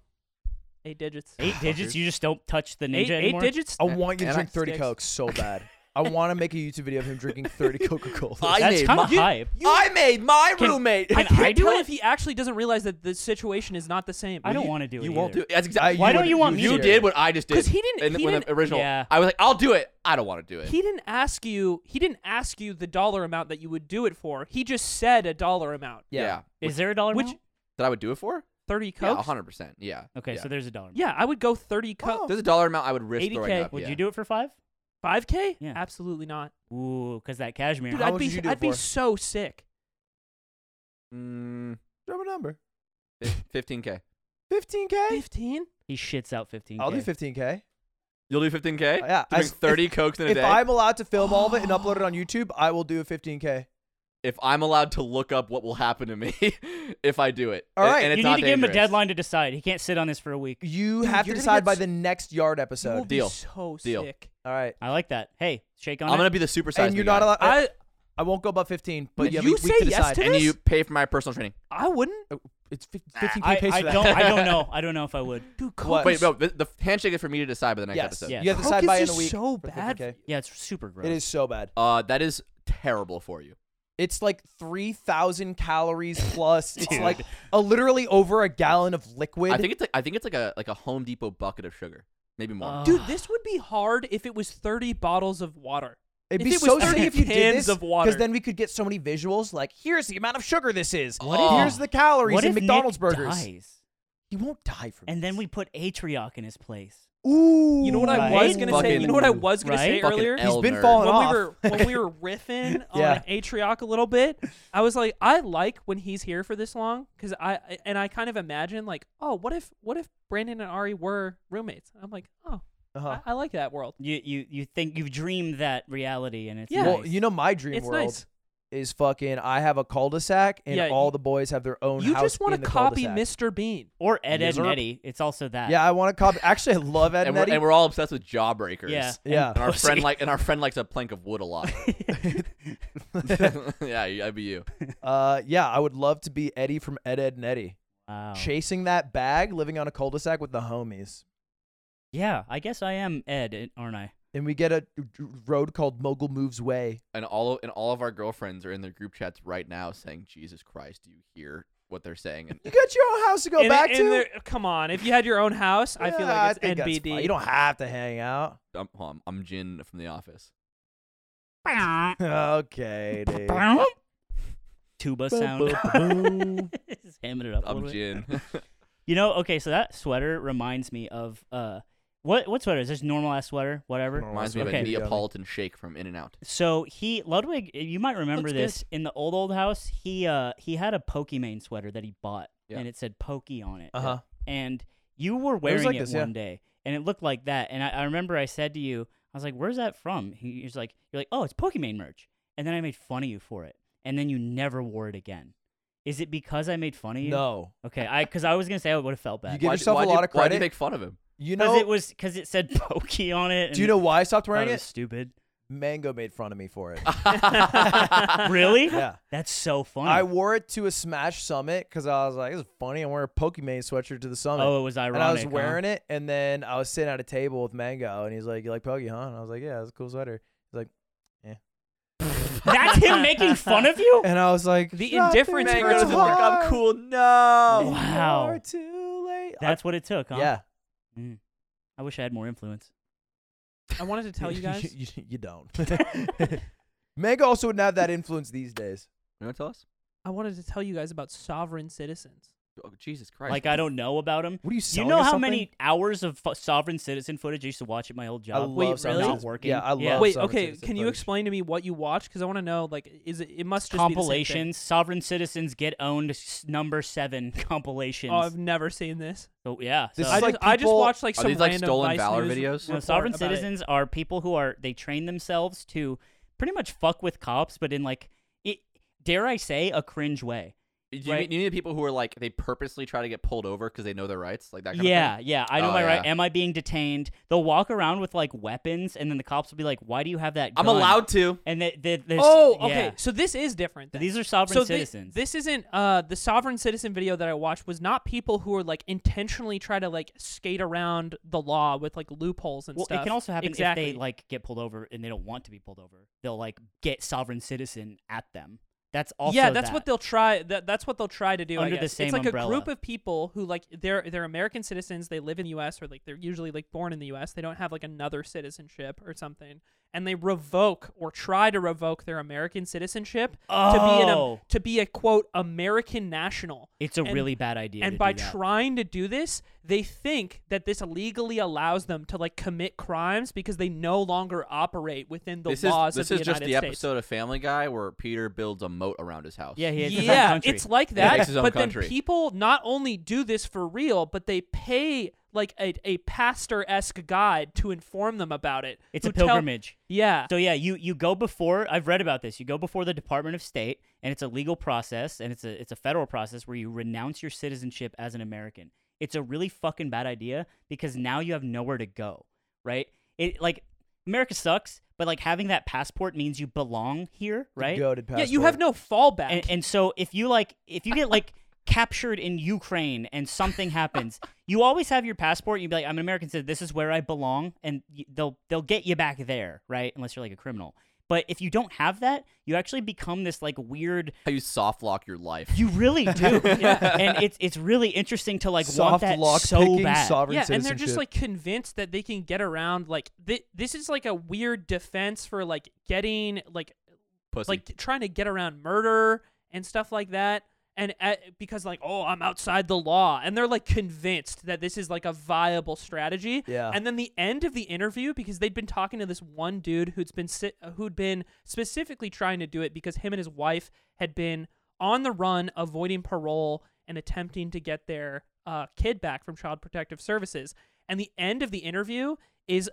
Eight digits. [laughs] Eight digits. You just don't touch the ninja Eight, eight anymore. digits. I want you to And drink I- 30 sticks. Cokes [laughs] so bad. I want to make a YouTube video of him drinking 30 Coca Cola. I That's made kind of my- hype. I made my Can- roommate. [laughs] can I, I Can't do tell it? if he actually doesn't realize that the situation is not the same. I don't want to do it. you won't do either. it. That's exactly. Why don't you want me You to? did what I just did. 'Cause he didn't- And he when the didn't- original, yeah. I was like, "I'll do it. I don't want to do it." He didn't ask you. He didn't ask you the dollar amount that you would do it for. He just said a dollar amount. yeah. Is there a dollar Which- amount? that I would do it for. Thirty Yeah, cokes. hundred Oh. percent. Yeah. Okay, yeah. so there's a dollar amount. Yeah, I would go thirty cokes. there's a dollar amount I would risk 80K. throwing up. Would yeah. you do it for five? Five k? Yeah. Absolutely not. Ooh, because that cashmere. Dude, How I'd much be would you do it I'd be for? so sick. Mm, Drop a number. [laughs] fifteen k. 15K? Fifteen? he shits out 15 I'll do 15K. You'll do fifteen Uh, k. Yeah, I Drink s- thirty cokes in a If day. I'm allowed to film all of it and upload [gasps] it on YouTube, I will do a 15K. if I'm allowed to look up what will happen to me [laughs] if I do it. All And- right. and it's you not need to give him a dangerous. deadline to decide. He can't sit on this for a week. You Dude, have to you're gonna decide get by s- the next yard You will episode. be Deal. So Deal. sick. All right. I like that. Hey, shake on I'm gonna it. be the supersize. And me you're not guy. allowed. I, I I won't go above 15, but Did you have you a week say to yes decide. to And this? you pay for my personal training. I wouldn't. Oh, It's fif- 15K I, pays I for [laughs] that. don't. [laughs] I [laughs] don't know. I don't know if I would. Dude, What? cokes. Wait, no. The, the handshake is for me to decide by the next yes. episode. Yeah. You have to Coke decide is by in a just week. so for bad 15K. Yeah, it's super gross. It is so bad. Uh, that is terrible for you. It's like 3,000 [laughs] calories plus. It's Dude. like a, literally over a gallon of liquid. I think it's like I think it's like a like a Home Depot bucket of sugar, maybe more. Oh. Uh, Dude, this would be hard if it was 30 bottles of water. It'd if be it was so sick 30 if you did cans this of water. because then we could get so many visuals. Like, here's the amount of sugar this is. What if- here's the calories what in if McDonald's Nick burgers. dies? He won't die from And then this. we put Atrioc in his place. Ooh, You know what I was Right? gonna say? You know what I Fucking- was gonna say Right? Fucking earlier? L been nerd. falling when off. we were when we were riffing Yeah. on Atrioc a little bit, I was like, I like when he's here for this long because I I- and I kind of imagine like, oh, what if what if Brandon and Ari were roommates? I'm like, oh, [laughs] Uh-huh. I, I like that world. You you you think you've dreamed that reality, and it's Yeah. Well, nice. you know my dream it's world nice. is fucking. I have a cul-de-sac, and Yeah, all you- the boys have their own. You house just want in to the copy cul-de-sac. Mr. Bean. or Ed, Ed, and Usurp. Eddie. It's also that. Yeah, I want to copy. Actually, I love and Ed and, we're, Eddie. and we're all obsessed with jawbreakers. Yeah. Yeah. [laughs] And our pussy. friend like and our friend likes a plank of wood a lot. [laughs] yeah, you- that'd be you. uh, yeah, I would love to be Eddie from Ed, Ed, and Eddie, Wow. chasing that bag, living on a cul-de-sac with the homies. Yeah, I guess I am Ed, aren't I? And we get a d- d- road called Mogul Moves Way. And all of, and all of our girlfriends are in their group chats right now saying, "Jesus Christ, do you hear what they're saying?" And [laughs] You got your own house to go And- back and to. there- come on, if you had your own house, I feel Yeah, like it's think that's NBD. fine. You don't have to hang out. [laughs] I'm, hold on, I'm Jin from The Office. Okay, dude. Tuba Boom, sound. [laughs] boom, boom. Just hamming it up a I'm little bit. Jin. [laughs] [laughs] You know, okay, so that sweater reminds me of uh, what what sweater is this? Normal ass sweater, whatever. Reminds me of Okay. a Neapolitan shake from In and Out. So he Ludwig, eh, you might remember Looks good. this in the old old house. He uh he had a Pokimane sweater that he bought, Yeah. and it said Pokey on it. Uh huh. And you were wearing it, like this, yeah. one day, and it looked like that. And I, I remember I said to you, I was like, "Where's that from?" He, he was like, "You're like, oh, it's Pokimane merch." And then I made fun of you for it, and then you never wore it again. Is it because I made fun of you? No, Okay, I because I was gonna say I would have felt bad. You Give Why'd- yourself a why'd you- lot of Why'd you credit. make fun of him? you Because know. it was because it said pokey on it. do you and know I why I stopped thought wearing it? it? Was stupid. Mango made fun of me for it. really? [laughs] yeah. That's so funny. I wore it to a Smash Summit because I was like, "This is funny." I'm wearing a Pokemon sweatshirt to the summit. oh, it was ironic. and I was wearing it, and then I was sitting at a table with Mango, and he's like, "You like Pokey, huh?" And I was like, "Yeah, it's a cool sweater." He's like, [laughs] That's him making fun of you. and [laughs] I was like, The "Nothing indifference hurts Mango doesn't work. I'm hard. No. Wow. You're too late. I- That's what it took. Huh? [laughs] yeah. I wish I had more influence. I wanted to [laughs] tell you guys. [laughs] you, you don't. [laughs] Mango also wouldn't have that influence these days. You want to tell us? I wanted to tell you guys about sovereign citizens. Oh, Jesus Christ. Like I don't know about him. What are you Do you selling know us how something? many hours of fo- Sovereign Citizen footage I used to watch at my old I job? love Wait, sovereign really? citizens. Not working. Yeah, I love. Yeah. sovereign Wait, okay. citizen Can you footage. explain to me what you watch? Because I want to know. Like, is it? It must just compilations. Sovereign Citizens get owned. s- Number seven [laughs] Be the same compilations. thing. Oh, I've never seen this. so, yeah. Um, This so- is I, like just, I just people- watched like Are some these, like, random stolen Vice Valor News videos? No, No, report sovereign about it. citizens are people who are they train themselves to pretty much fuck with cops, but in like it, dare I say a cringe way. Do you, Right. mean, you mean the people who are like they purposely try to get pulled over because they know their rights, like that. Kind yeah, of thing? yeah. I know Oh, my right. yeah. Am I being detained? They'll walk around with like weapons, and then the cops will be like, "Why do you have that?" I'm gun?" allowed to. And they, they, there's- Oh, okay. yeah. So this is different. Then. These are sovereign so thi- citizens. this isn't uh the sovereign citizen video that I watched was not people who are like intentionally try to like skate around the law with like loopholes and well, stuff. it can also happen exactly. if they like get pulled over and they don't want to be pulled over. They'll like get sovereign citizen at them. That's also yeah, that's what that. they'll try. That, that's what they'll try to do. I Under the guess. same it's like umbrella. a group of people who like they're they're American citizens. They live in the U.S. or like they're usually like born in the U.S. They don't have like another citizenship or something, and they revoke or try to revoke their American citizenship to be an um, Oh. to be a quote American national. It's a and- really bad idea. to and do by that. trying to do this they think that this legally allows them to like commit crimes because they no longer operate within the this is laws this of is the just united the states episode of Family Guy where Peter builds a moat around his house. yeah, he has his own yeah country. it's like Yeah, that it's his own but country. then people not only do this for real but they pay like a, a pastor-esque guide to inform them about it it's a who tell- pilgrimage. yeah So yeah, you you go before I've read about this. You go before the Department of State and it's a legal process and it's a it's a federal process where you renounce your citizenship as an American. It's a really fucking bad idea because now you have nowhere to go, right? It like America sucks, but like having that passport means you belong here, right? Goated yeah you have no fallback And, and so if you like if you get like captured in Ukraine and something happens, you always have your passport. You'd be like, I'm an American citizen. This is where I belong, and y- they'll they'll get you back there, right? Unless you're like a criminal. But if you don't have that, you actually become this like weird. how you soft lock your life. You really do, and it's it's really interesting to like want soft that lock so picking bad. sovereign yeah, and citizenship. they're just like convinced that they can get around. Like thi- this is like a weird defense for like getting like Pussy. like trying to get around murder and stuff like that and uh, because like oh i'm outside the law and they're like convinced that this is like a viable strategy Yeah. and then the end of the interview because they'd been talking to this one dude who'd been si- uh, who'd been specifically trying to do it because him and his wife had been on the run avoiding parole and attempting to get their uh, kid back from child protective services and the end of the interview is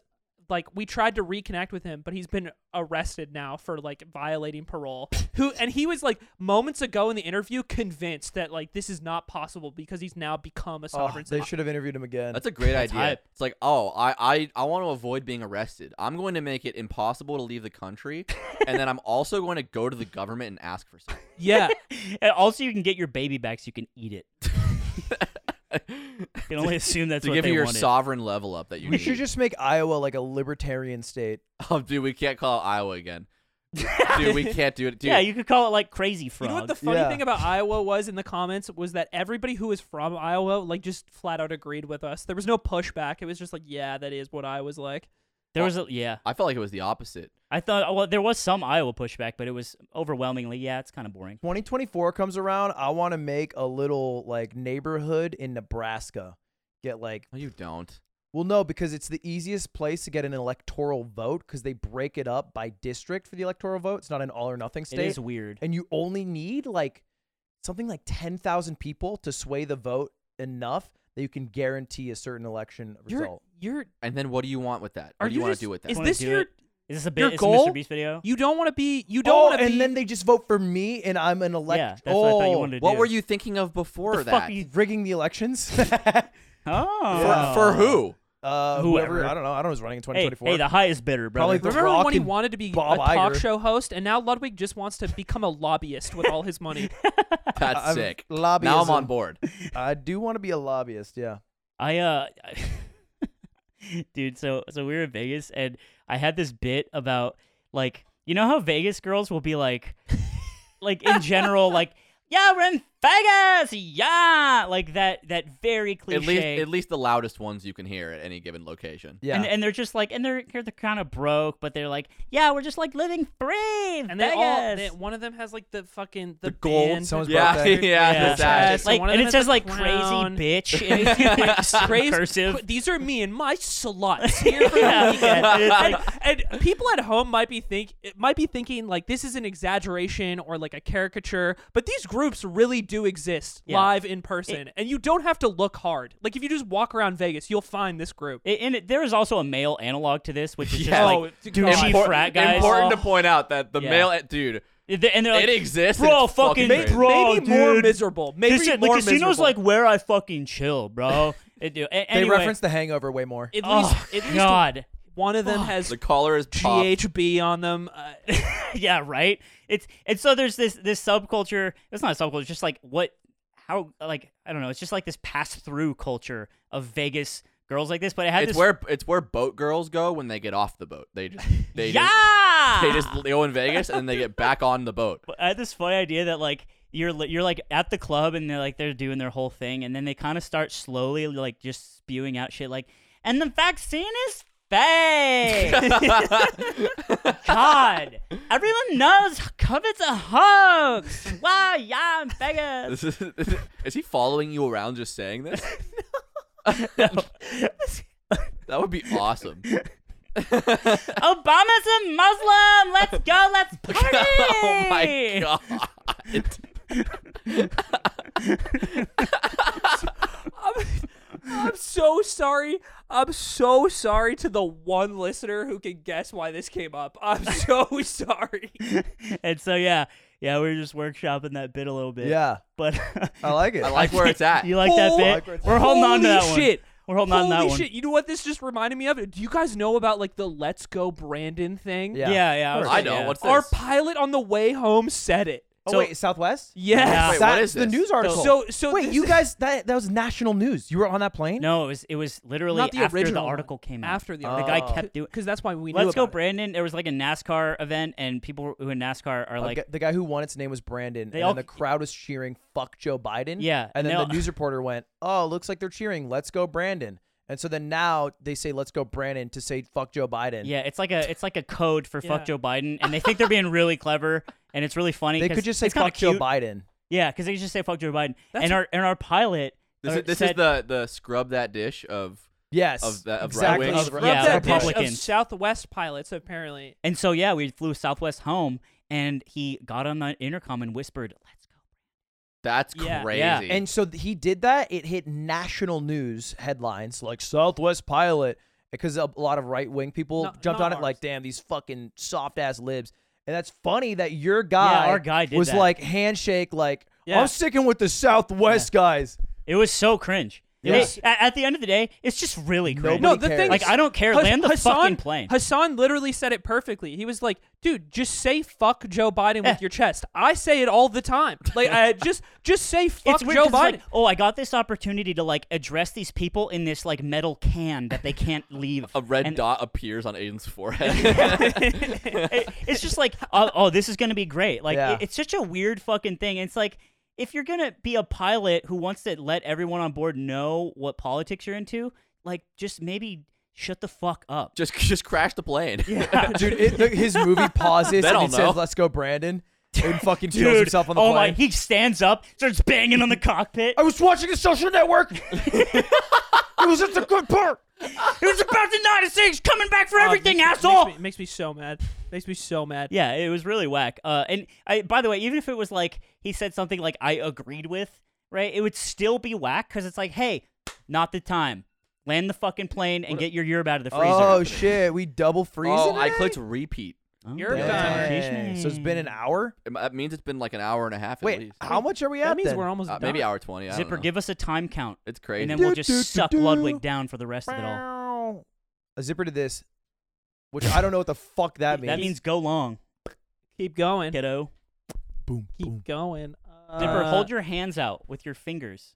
like we tried to reconnect with him, but he's been arrested now for like violating parole. Who and he was like moments ago in the interview convinced that like this is not possible because he's now become a Oh, sovereign. they citizen. should have interviewed him again. That's a great idea. hype. It's like, oh, I, I, I want to avoid being arrested. I'm going to make it impossible to leave the country, and then I'm also going to go to the government and ask for something. yeah, And also, you can get your baby back so you can eat it. You can only assume that's to what give they you your wanted. sovereign level up that you we need. should just make Iowa like a libertarian state. [laughs] oh, dude, we can't call it Iowa [laughs] again. dude, we can't do it. Dude, yeah, you could call it like crazy you frog. know what the funny Yeah. thing about Iowa was in the comments was that everybody who was from Iowa like just flat out agreed with us. There was no pushback. It was just like yeah, that is what I was like. there was a yeah. I felt like it was the opposite. I thought oh, well, there was some Iowa pushback, but it was overwhelmingly yeah, it's kind of boring. 2024 comes around, I want to make a little like neighborhood in Nebraska. Get like, No, you don't. well, no, because it's the easiest place to get an electoral vote because they break it up by district for the electoral vote. It's not an all or nothing state. It is weird. and you only need like something like 10,000 people to sway the vote enough that you can guarantee a certain election result. You're you're And then what do you want with that? are what do you want just- to do with that? Is Wanna this do your it? Is this a bit? your is goal? Mr. Beast video? you don't want to be you don't want oh, to and be then they just vote for me and I'm an elect. yeah, that's oh, what I thought you wanted to do. what were you thinking of before the that? fuck you? rigging the elections. [laughs] Oh, for, for [laughs] who? uh, whoever, Whoever. I don't know. I don't know who's running in Hey, 2024. hey, the highest bidder, brother. Probably The Remember Rock when he and wanted to be Bob a talk Iger. show host, and now Ludwig just wants to become a lobbyist with all [laughs] his money. That's I'm sick. Now I'm lobbyism. on board. I do want to be a lobbyist. Yeah. I uh, [laughs] dude. So so we were in Vegas, and I had this bit about like you know how Vegas girls will be like, like in general, like yeah, we're in Vegas, yeah, like that that very cliche. At least, at least the loudest ones you can hear at any given location. Yeah. And, and they're just like, and they're they're kind of broke, but they're like, yeah, we're just like living free. And they all, they, [laughs] Vegas." one of them has like the fucking the, The gold, band. someone's Yeah, [laughs] birthday. yeah, Yeah. the sash. So like, one of and them it has says the like crown. crazy [laughs] bitch. And it's [laughs] like, Crazy- cursive. Qu- These are me and my [laughs] sluts here for the Yeah. weekend. And it's like- and, and people at home might be think it might be thinking like this is an exaggeration or like a caricature, but these groups really do exist Yeah. live in person, and you don't have to look hard. Like if you just walk around Vegas, you'll find this group. It- and it, there is also a male analog to this, which is Yeah. just Oh, like it's- douchey God. frat guys. Important to point out that the Yeah. male dude, And they're like, it exists. and bro, it's fucking, fucking crazy. bro, Maybe more dude. miserable. Maybe This shit- the more casino's miserable. like where I fucking chill, bro. It, do- a- anyway, They reference The Hangover way more. at least, oh, at least God. one of them has The collar is popped. GHB on them. Uh, [laughs] yeah, right. It's and so there's this this subculture. It's not a subculture. It's just like what, how like I don't know. It's just like this pass through culture of Vegas girls like this. But it had It's this where it's where boat girls go when they get off the boat. They just [laughs] they yeah. just they just they go in Vegas and then they get back on the boat. [laughs] But I had this funny idea that like you're li- you're like at the club and they're like they're doing their whole thing and then they kind of start slowly like just spewing out shit like and the vaccine is [laughs] fake. God, everyone knows COVID's a hoax. Wow, yeah, I'm Vegas. This is, is he following you around just saying this? [laughs] That would be awesome. Obama's a Muslim. Let's go. [laughs] Let's party. [laughs] oh my god. I'm so sorry. I'm so sorry to the one listener who can guess why this came up. [laughs] I'm so sorry. And so yeah, yeah, we were just workshopping that bit a little bit. Yeah, [laughs] but I like it. I like where it's at. [laughs] you like that Holy- bit? like where it's we're holding on to Holy that shit. one. We're holding on to that Holy one. shit! You know what this just reminded me of? Do you guys know about like the "Let's Go Brandon" thing? Yeah. Yeah, yeah. I, was Of I like, know. yeah. What's this? Our pilot on the way home said it. oh so- wait, Southwest. Yes. Yeah. Wait, That- what is the this? news article? So- so wait, this- you guys, that that was national news. You were on that plane. No, it was it was literally Not the after original the one. article came out. After the the guy article. kept doing. because that's why we knew. Let's go, about it. Brandon. There was like a NASCAR event, and people who in NASCAR are Uh, like, gu- the guy who won its name was Brandon, They and all- then the crowd was cheering "fuck Joe Biden." Yeah, uh and then and they the all- news reporter went, "Oh, looks like they're cheering. Let's go Brandon." And so then now they say "Let's go Brandon" to say "fuck Joe Biden." yeah, it's like a it's like a code for Yeah. fuck Joe Biden, and they think they're being really clever, and it's really funny. they 'cause could just say it's kinda "fuck Joe cute. Biden." Yeah, because they could just say fuck Joe Biden. That's- and our and our pilot. This uh, is, this said, is the the scrub that dish of Yes, Of the- of exactly. right-wing- Of- Of- of- yeah, of- that dish of Republicans. Southwest pilots apparently. And so yeah, we flew Southwest home, and he got on the intercom and whispered, "Let's go." that's Yeah. crazy. Yeah. And so th- he did that. It hit national news headlines like Southwest pilot because a lot of right wing people No- jumped not on it ours. like, damn, these fucking soft ass libs. And that's funny that your guy, our guy did was that. like handshake, like Yeah. I'm sticking with the Southwest guys. It was so cringe. It Yeah. was- a- at, the end of the day, it's just really cringe. Nobody no, the cares. thing Like, is- I don't care. Hass- Land the Hassan, fucking plane. Hassan literally said it perfectly. He was like, "Dude, just say fuck Joe Biden with your chest." I say it all the time. Like, I just just say fuck it's weird Joe 'cause it's Biden. like, oh, I got this opportunity to like address these people in this like metal can that they can't leave. A red And dot appears on Aiden's forehead. [laughs] it- it's just like, oh, oh, this is gonna be great. Like, Yeah. it- it's such a weird fucking thing. It's like if you're gonna be a pilot who wants to let everyone on board know what politics you're into, like, just maybe shut the fuck [laughs] up. just just crash the plane. [laughs] Oh, Dude, it, the, [laughs] his movie pauses Then and I'll he says, know. "Let's go, Brandon," and fucking Dude, kills himself on the oh plane. my! He stands up, starts banging on the [laughs] cockpit. I was watching the Social [laughs] Network. it was just a good part. It was about the United States coming back for Oh, Uh, everything, makes me- asshole. Makes me, makes me so mad. Makes me so mad. Yeah, it was really whack. Uh, and I, by the way, even if it was like he said something like I agreed with, right, it would still be whack because it's like, hey, not the time. Land the fucking plane and get your Europe out of the freezer. Oh shit, we double freeze. oh, it? I clicked repeat. Oh, Europe yeah. time. Dang. So it's been an hour. It- That means it's been like an hour and a half at Wait, least. how much are we at? That means then? we're almost Uh, done. maybe hour twenty. I don't Zipper, know. give us a time count, it's crazy. and then we'll Do, do, do, just suck do. Ludwig down for the rest of it all. all. A zipper to this, which I don't know what the fuck that means. That means go long, Keep going. kiddo. boom, boom. Keep going. Zipper, Uh, hold your hands out with your fingers.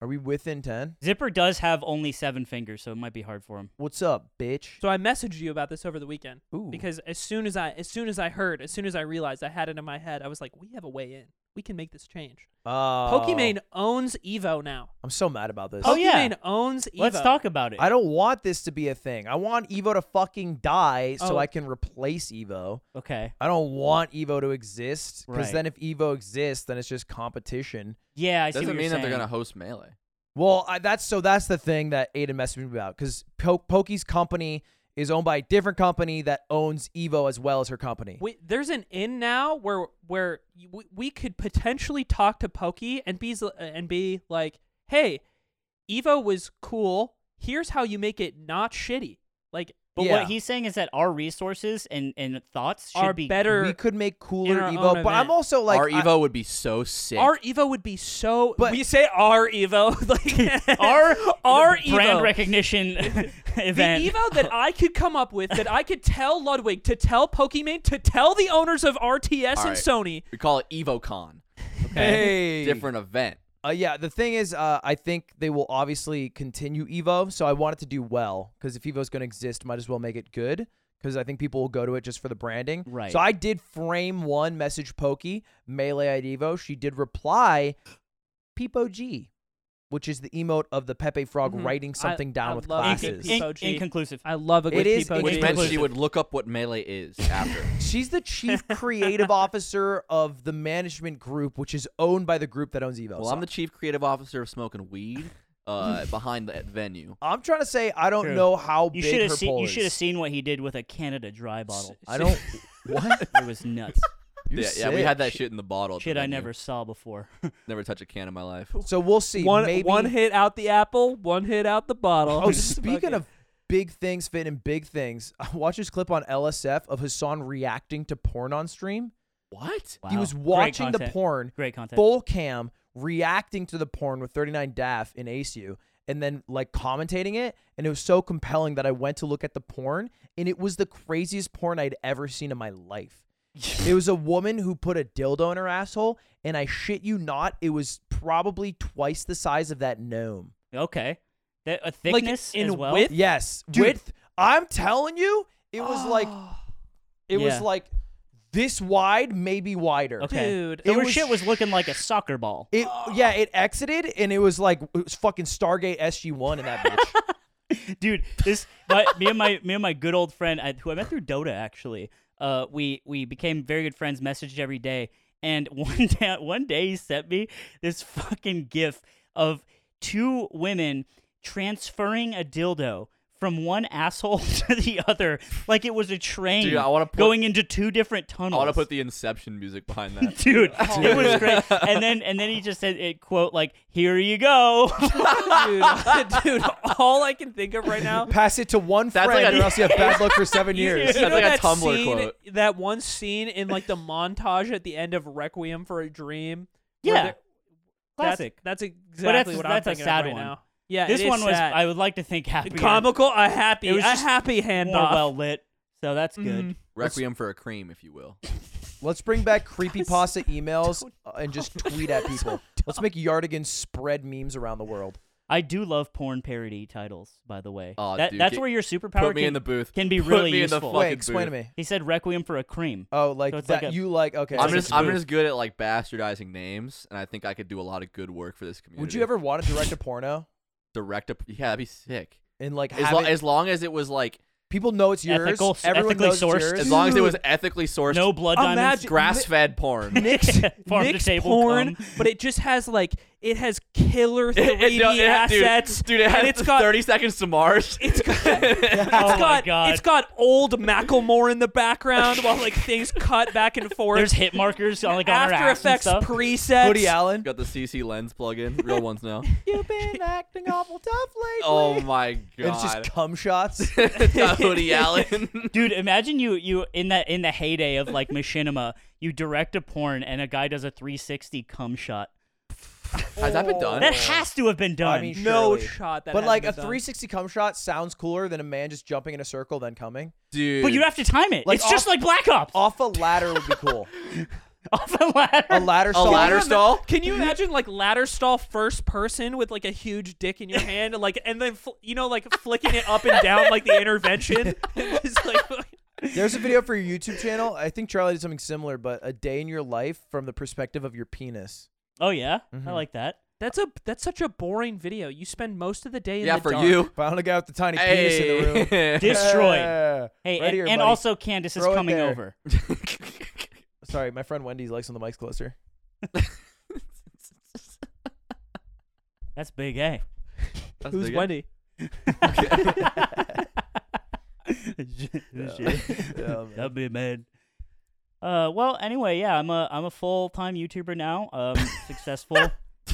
Are we within ten? Zipper does have only seven fingers, so it might be hard for him. What's up, bitch? So I messaged you about this over the weekend Ooh. because as soon as I as soon as I heard, as soon as I realized I had it in my head, I was like, we have a way in. We can make this change. Oh. Pokimane owns Evo now. I'm so mad about this. Oh, yeah. Pokimane owns Evo. Let's talk about it. I don't want this to be a thing. I want Evo to fucking die so Oh. I can replace Evo. okay. I don't want Evo to exist because Right. then if Evo exists, then it's just competition. Yeah, I see Doesn't what mean you're that they're saying. gonna host melee. Well, I, that's so that's the thing that Aiden messaged me about because po- Pokey's company is owned by a different company that owns Evo as well as her company. We, there's an in now where where y- we, we could potentially talk to Pokey and be uh, and be like, "Hey, Evo was cool. Here's how you make it not shitty." Like But Yeah. what he's saying is that our resources and, and thoughts should Are be better. we could make cooler our Evo, own but I'm event. also like Our I- Evo would be so sick. Our Evo would be so. But- we say our Evo, [laughs] like [laughs] [laughs] [laughs] our [laughs] our brand Evo. recognition the [laughs] event. Evo that I could come up with, that I could tell Ludwig to tell Pokimane to tell the owners of RTS All and right. Sony. we call it EvoCon. [laughs] hey. Different event. Uh, yeah, the thing is, uh, I think they will obviously continue Evo, so I want it to do well because if Evo's going to exist, might as well make it good because I think people will go to it just for the branding. Right. So I did frame one message Pokey melee at Evo. She did reply, Peepo G, which is the emote of the Pepe Frog Mhm. writing I- something down I with love Inc- glasses. Peepo. inc- G. inconclusive. I love it. It with is- Peepo it Which G. is meant she inclusive. would look up what melee is after. She's the chief [laughs] creative officer of the management group, which is owned by the group that owns Evo. well, So I'm the chief creative officer of smoking weed uh, behind the venue. I'm trying to say I don't True. know how You should big have her seen. poll You is. should have seen what he did with a Canada Dry bottle. [laughs] I don't. what? It was [laughs] nuts. You're yeah, yeah, we had that sick. shit in the bottle. at the Shit, I venue. never saw before. [laughs] never touch a can in my life. So we'll see. one Maybe. one hit out the apple, one hit out the bottle. [laughs] Oh, speaking of big things fitting in big things, [laughs] watch this clip on LSF of Hassan reacting to porn on stream. What? He Wow. was Great watching the content. porn, Great content. full cam, reacting to the porn with 39 DAF in ASU, and then like commentating it. And it was so compelling that I went to look at the porn, and it was the craziest porn I'd ever seen in my life. [laughs] It was a woman who put a dildo in her asshole, and I shit you not, it was probably twice the size of that gnome. okay. That, a thickness in as well. width? Yes, Dude. width. I'm telling you, it was [gasps] like it Yeah. was like this wide, maybe wider. Okay. Dude, so it her was shit was looking like a soccer ball. It yeah, it exited and it was like it was fucking Stargate SG One in that [laughs] bitch. dude this my, me and my me and my good old friend I, who i met through dota actually uh we we became very good friends messaged every day and [laughs] one day one day he sent me this fucking gif of two women transferring a dildo from one asshole [laughs] to the other like it was a train Dude, I wanna put- going into two different tunnels I want to put the Inception music behind that. [laughs] [laughs] dude it was great and then and then he just said it quote like here you go [laughs] dude, [laughs] dude, all I can think of [laughs] right now. Pass it to one That's friend, like a- or else you have bad luck [laughs] for seven years. That's You know like a that Tumblr scene, quote. That one scene in like the montage at the end of Requiem for a Dream. where Yeah. they're- classic That's, that's exactly that's- what that's a I'm thinking sad of right one. now. Yeah, this it is one was sad. i would like to think happy comical, a happy, It was a just happy handoff. more well lit. So that's good. Mhm. Requiem for a cream, if you will. Let's bring back creepypasta emails uh, and just tweet at people. Let's make Yardigan spread memes around the world. I do love porn parody titles, by the way. Aw, That- dude, that's get- where your superpower put me can, in the booth. can be Put really me in the useful. fucking Wait, explain to booth. me. He said Requiem for a Cream. Oh, like So it's that? like a- you like okay? I'm It's like just a I'm spoof. just good at like bastardizing names, and I think I could do a lot of good work for this community. Would you ever want to direct a porno direct a? Yeah, that'd be sick. and like As, have lo- it- as long as it was like, people know it's yours? Ethical- Everyone ethically knows sourced. it's yours. as long as it was Dude. ethically sourced, [laughs] No blood diamonds. Imagine- grass fed [laughs] porn. [laughs] [laughs] Nick's, [laughs] Farm to Nick's table porn, cum. but it just has like it has killer 3D [laughs] It- it- no, it had- dude, assets. dude, it and had it's the got 30 seconds to Mars. it's got it's Oh my got God. it's got old Macklemore in the background while like things cut back and forth. There's hit markers [laughs] on like on her After ass and Effects stuff. presets. [laughs] Woody [laughs] Allen. Got the CC lens plug-in, real ones now. You've been acting awful tough lately. Oh my And it's god. just cum shots. It's not [laughs] Woody Allen. Dude, imagine you you in that in the heyday of like machinima, you direct a porn and a guy does a 360 cum shot. Has that been done? That has to have been done. I mean, no surely. shot that. But hasn't like been a done. 360 cum shot sounds cooler than a man just jumping in a circle then coming Dude. but you have to time it. Like it's just off- like Black Ops. [laughs] Off, [laughs] off a ladder would be cool. a [laughs] ladder. A ladder. a stall. ladder stall? Can you imagine like ladder stall first person with like a huge dick in your hand, and, like and then fl- you know like flicking it up and down like [laughs] the intervention? [laughs] Just, like, [laughs] There's a video for your YouTube channel. I think Charlie did something similar, but a day in your life from the perspective of your penis. oh yeah. Mm-hmm. I like that. that's a that's such a boring video. You spend most of the day in yeah, the for dark. you. Found a guy with the tiny Hey. penis in the [laughs] room. [laughs] Destroyed. Yeah. Hey, Right and, here, and buddy. also Candace is Throw it coming there. over. Sorry, my friend Wendy's legs on the mic's closer. That's big A. That's Who's big. Wendy? [laughs] [laughs] Yeah, man. That'd be mad. [laughs] Uh, well, anyway, yeah, I'm a I'm a full time YouTuber now. Um, successful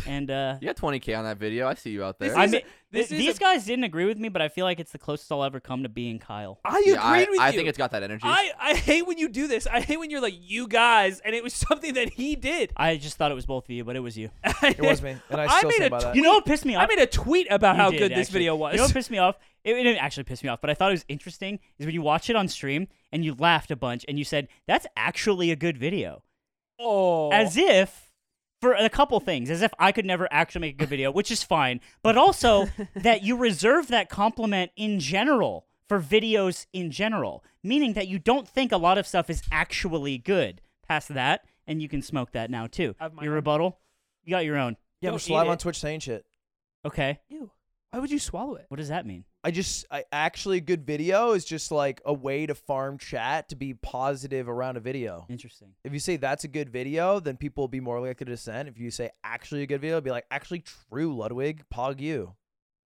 And uh, You got 20k on that video. I see you out This there. I is a- mean, this th- is these a- guys didn't agree with me, but I feel like it's the closest I'll ever come to being Kyle. I agreed Yeah, I, with I you. think it's got that energy. I, I hate when you do this. I hate when you're like, you guys, and it was [laughs] something that he did. I just thought it was both of you, but it was you. [laughs] It was me, and I, I still made stand a by that. tweet- You know what pissed me off? I made a tweet about You how did, good this actually. video was. You [laughs] know what pissed me off? It, it didn't actually piss me off, but I thought it was interesting. Is when you watch it on stream and you laughed a bunch and you said, "That's actually a good video," oh, as if for a couple things, as if I could never actually make a good video, which is fine, but [laughs] also that you reserve that compliment in general for videos in general, meaning that you don't think a lot of stuff is actually good. Past that, and you can smoke that now too. I have my Your own. rebuttal, you got your own. Yeah, I'm Don't just eat live on it. Twitch saying shit. Okay, Ew. Why would you swallow it? what does that mean? I just, I actually, a good video is just like a way to farm chat to be positive around a video. Interesting. If you say that's a good video, then people will be more likely to dissent. If you say actually a good video, it'll be like actually true, Ludwig, pog you,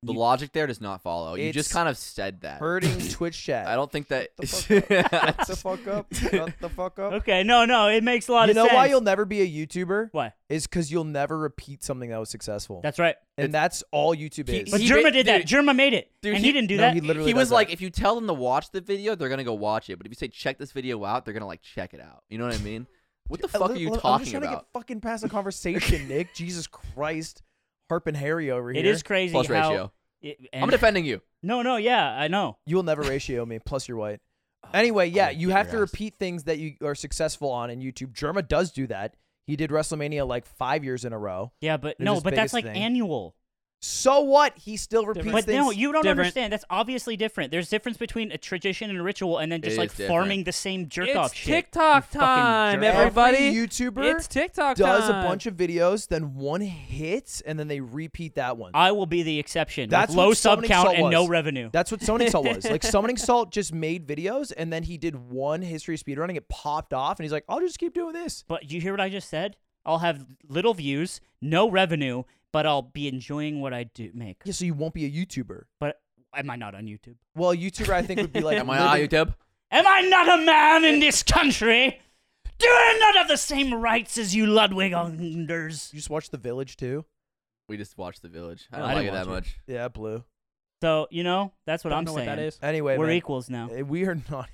the logic there does not follow. You just It's kind of said that. [laughs] hurting Twitch chat. I don't think that. [laughs] the fuck Shut the fuck up. Shut the fuck up. Okay, no, no, it makes a lot you of know sense. why you'll never be a YouTuber Why? is because you'll never repeat something that was successful, That's right. and that's all YouTube He- is. But he Germa ba- did that. dude- Germa made it, dude, and he, he- didn't do No, that. he literally he was does that. like, if you tell them to watch the video, they're gonna go watch it. But if you say check this video out, they're gonna like check it out. You know what I mean? What the fuck Look, are you look, I'm talking just trying to about? get fucking past the conversation, [laughs] Nick. Jesus Christ, harp and Harry over here. it is crazy Plus how. ratio. It, I'm and- defending you. no, no, yeah, I know. You'll never ratio me. Plus, you're [laughs] white. Anyway, yeah, gonna you beat have Oh, your to ass. repeat things that you are successful on in YouTube. Germa does do that. He did WrestleMania like five years in a row. Yeah, but They're no, his but that's biggest like thing. annual. So what? He still repeats But things. no, you don't different. understand. That's obviously different. There's difference between a tradition and a ritual, and then just It like is different. farming the same jerk it's off shit. TikTok you fucking time, jerk. everybody. Every YouTuber it's TikTok does a time. bunch of videos, then one hits, and then they repeat that one. I will be the exception. That's with low what sub Summoning count Salt and no was. revenue. That's what Summoning Salt was. Like Summoning Salt just made videos, and then he did one history speedrunning. It popped off, and he's like, "I'll just keep doing this." but you hear what I just said? I'll have little views, no revenue, but I'll be enjoying what I do make. Yeah, so you won't be a YouTuber. But am I not on YouTube? Well, a YouTuber I think would be like, [laughs] Am I on living- YouTube? Am I not a man in this country? Do I not have the same rights as you Ludwigunders? You just watch The Village too. We just watched The Village. I No, don't I like it didn't that watch much. Yeah, blue. So, you know, that's what Don't I'm know saying. what that is. Anyway, We're man, equals now. eh, We are not.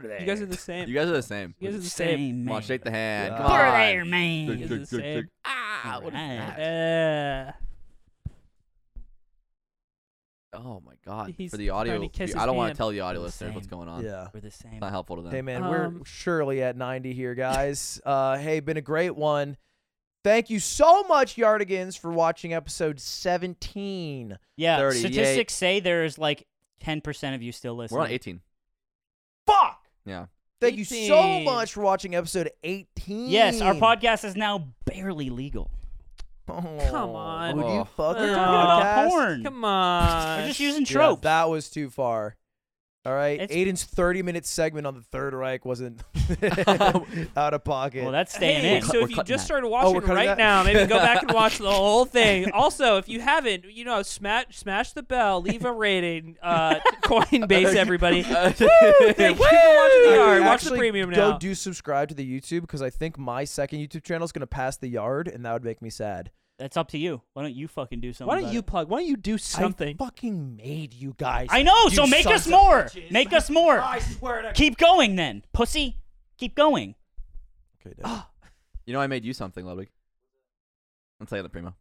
You guys are the same. You guys are the same. You guys are the Same, same. Come man. on, shake the hand. Yeah. Come Put her on. there, man. You guys are the same. Ah, what is Alright. that? Uh, Oh my god! He's For the audio, trying to kiss I his don't want hand. to tell the audio The listeners what's same. going on. yeah. We're the same. It's not helpful to them. Hey man, Um, we're surely at 90 here, guys. [laughs] uh, hey, been a great one. Thank you so much, Yardigans, for watching episode 17. Yeah, 38. statistics say there's like 10% of you still listening. We're on 18. Fuck! Yeah. Thank you so 18. much for watching episode 18. Yes, our podcast is now barely legal. Oh, Come on. Would Oh. you fuck We're with talking podcast? about porn. come on. We're just using Yeah, Uh, tropes. that was too far. All right, It's- Aiden's 30 minute segment on the Third [laughs] Reich wasn't [laughs] out of pocket. well, that's staying Hey, in. We're cut- so we're if you cutting just that. started we're watching cutting right that? now, maybe go back and [laughs] watch the whole thing. Also, if you haven't, you know, smash smash the bell, leave a rating, [laughs] uh, [laughs] Coinbase, everybody. Thank you for watching the Actually, yard. Watch the actually, premium Go now. do subscribe to the YouTube because I think my second YouTube channel is going to pass the yard, and that would make me sad. That's up to you. Why don't you fucking do something? Why don't about you it? plug? Why don't you do something? I fucking made you guys. I know, You so make sons us of more. bitches. Make us more. swear to Keep going then, pussy. Keep going. Okay, Dad. [gasps] You know, I made you something, Ludwig. I'll tell you the primo.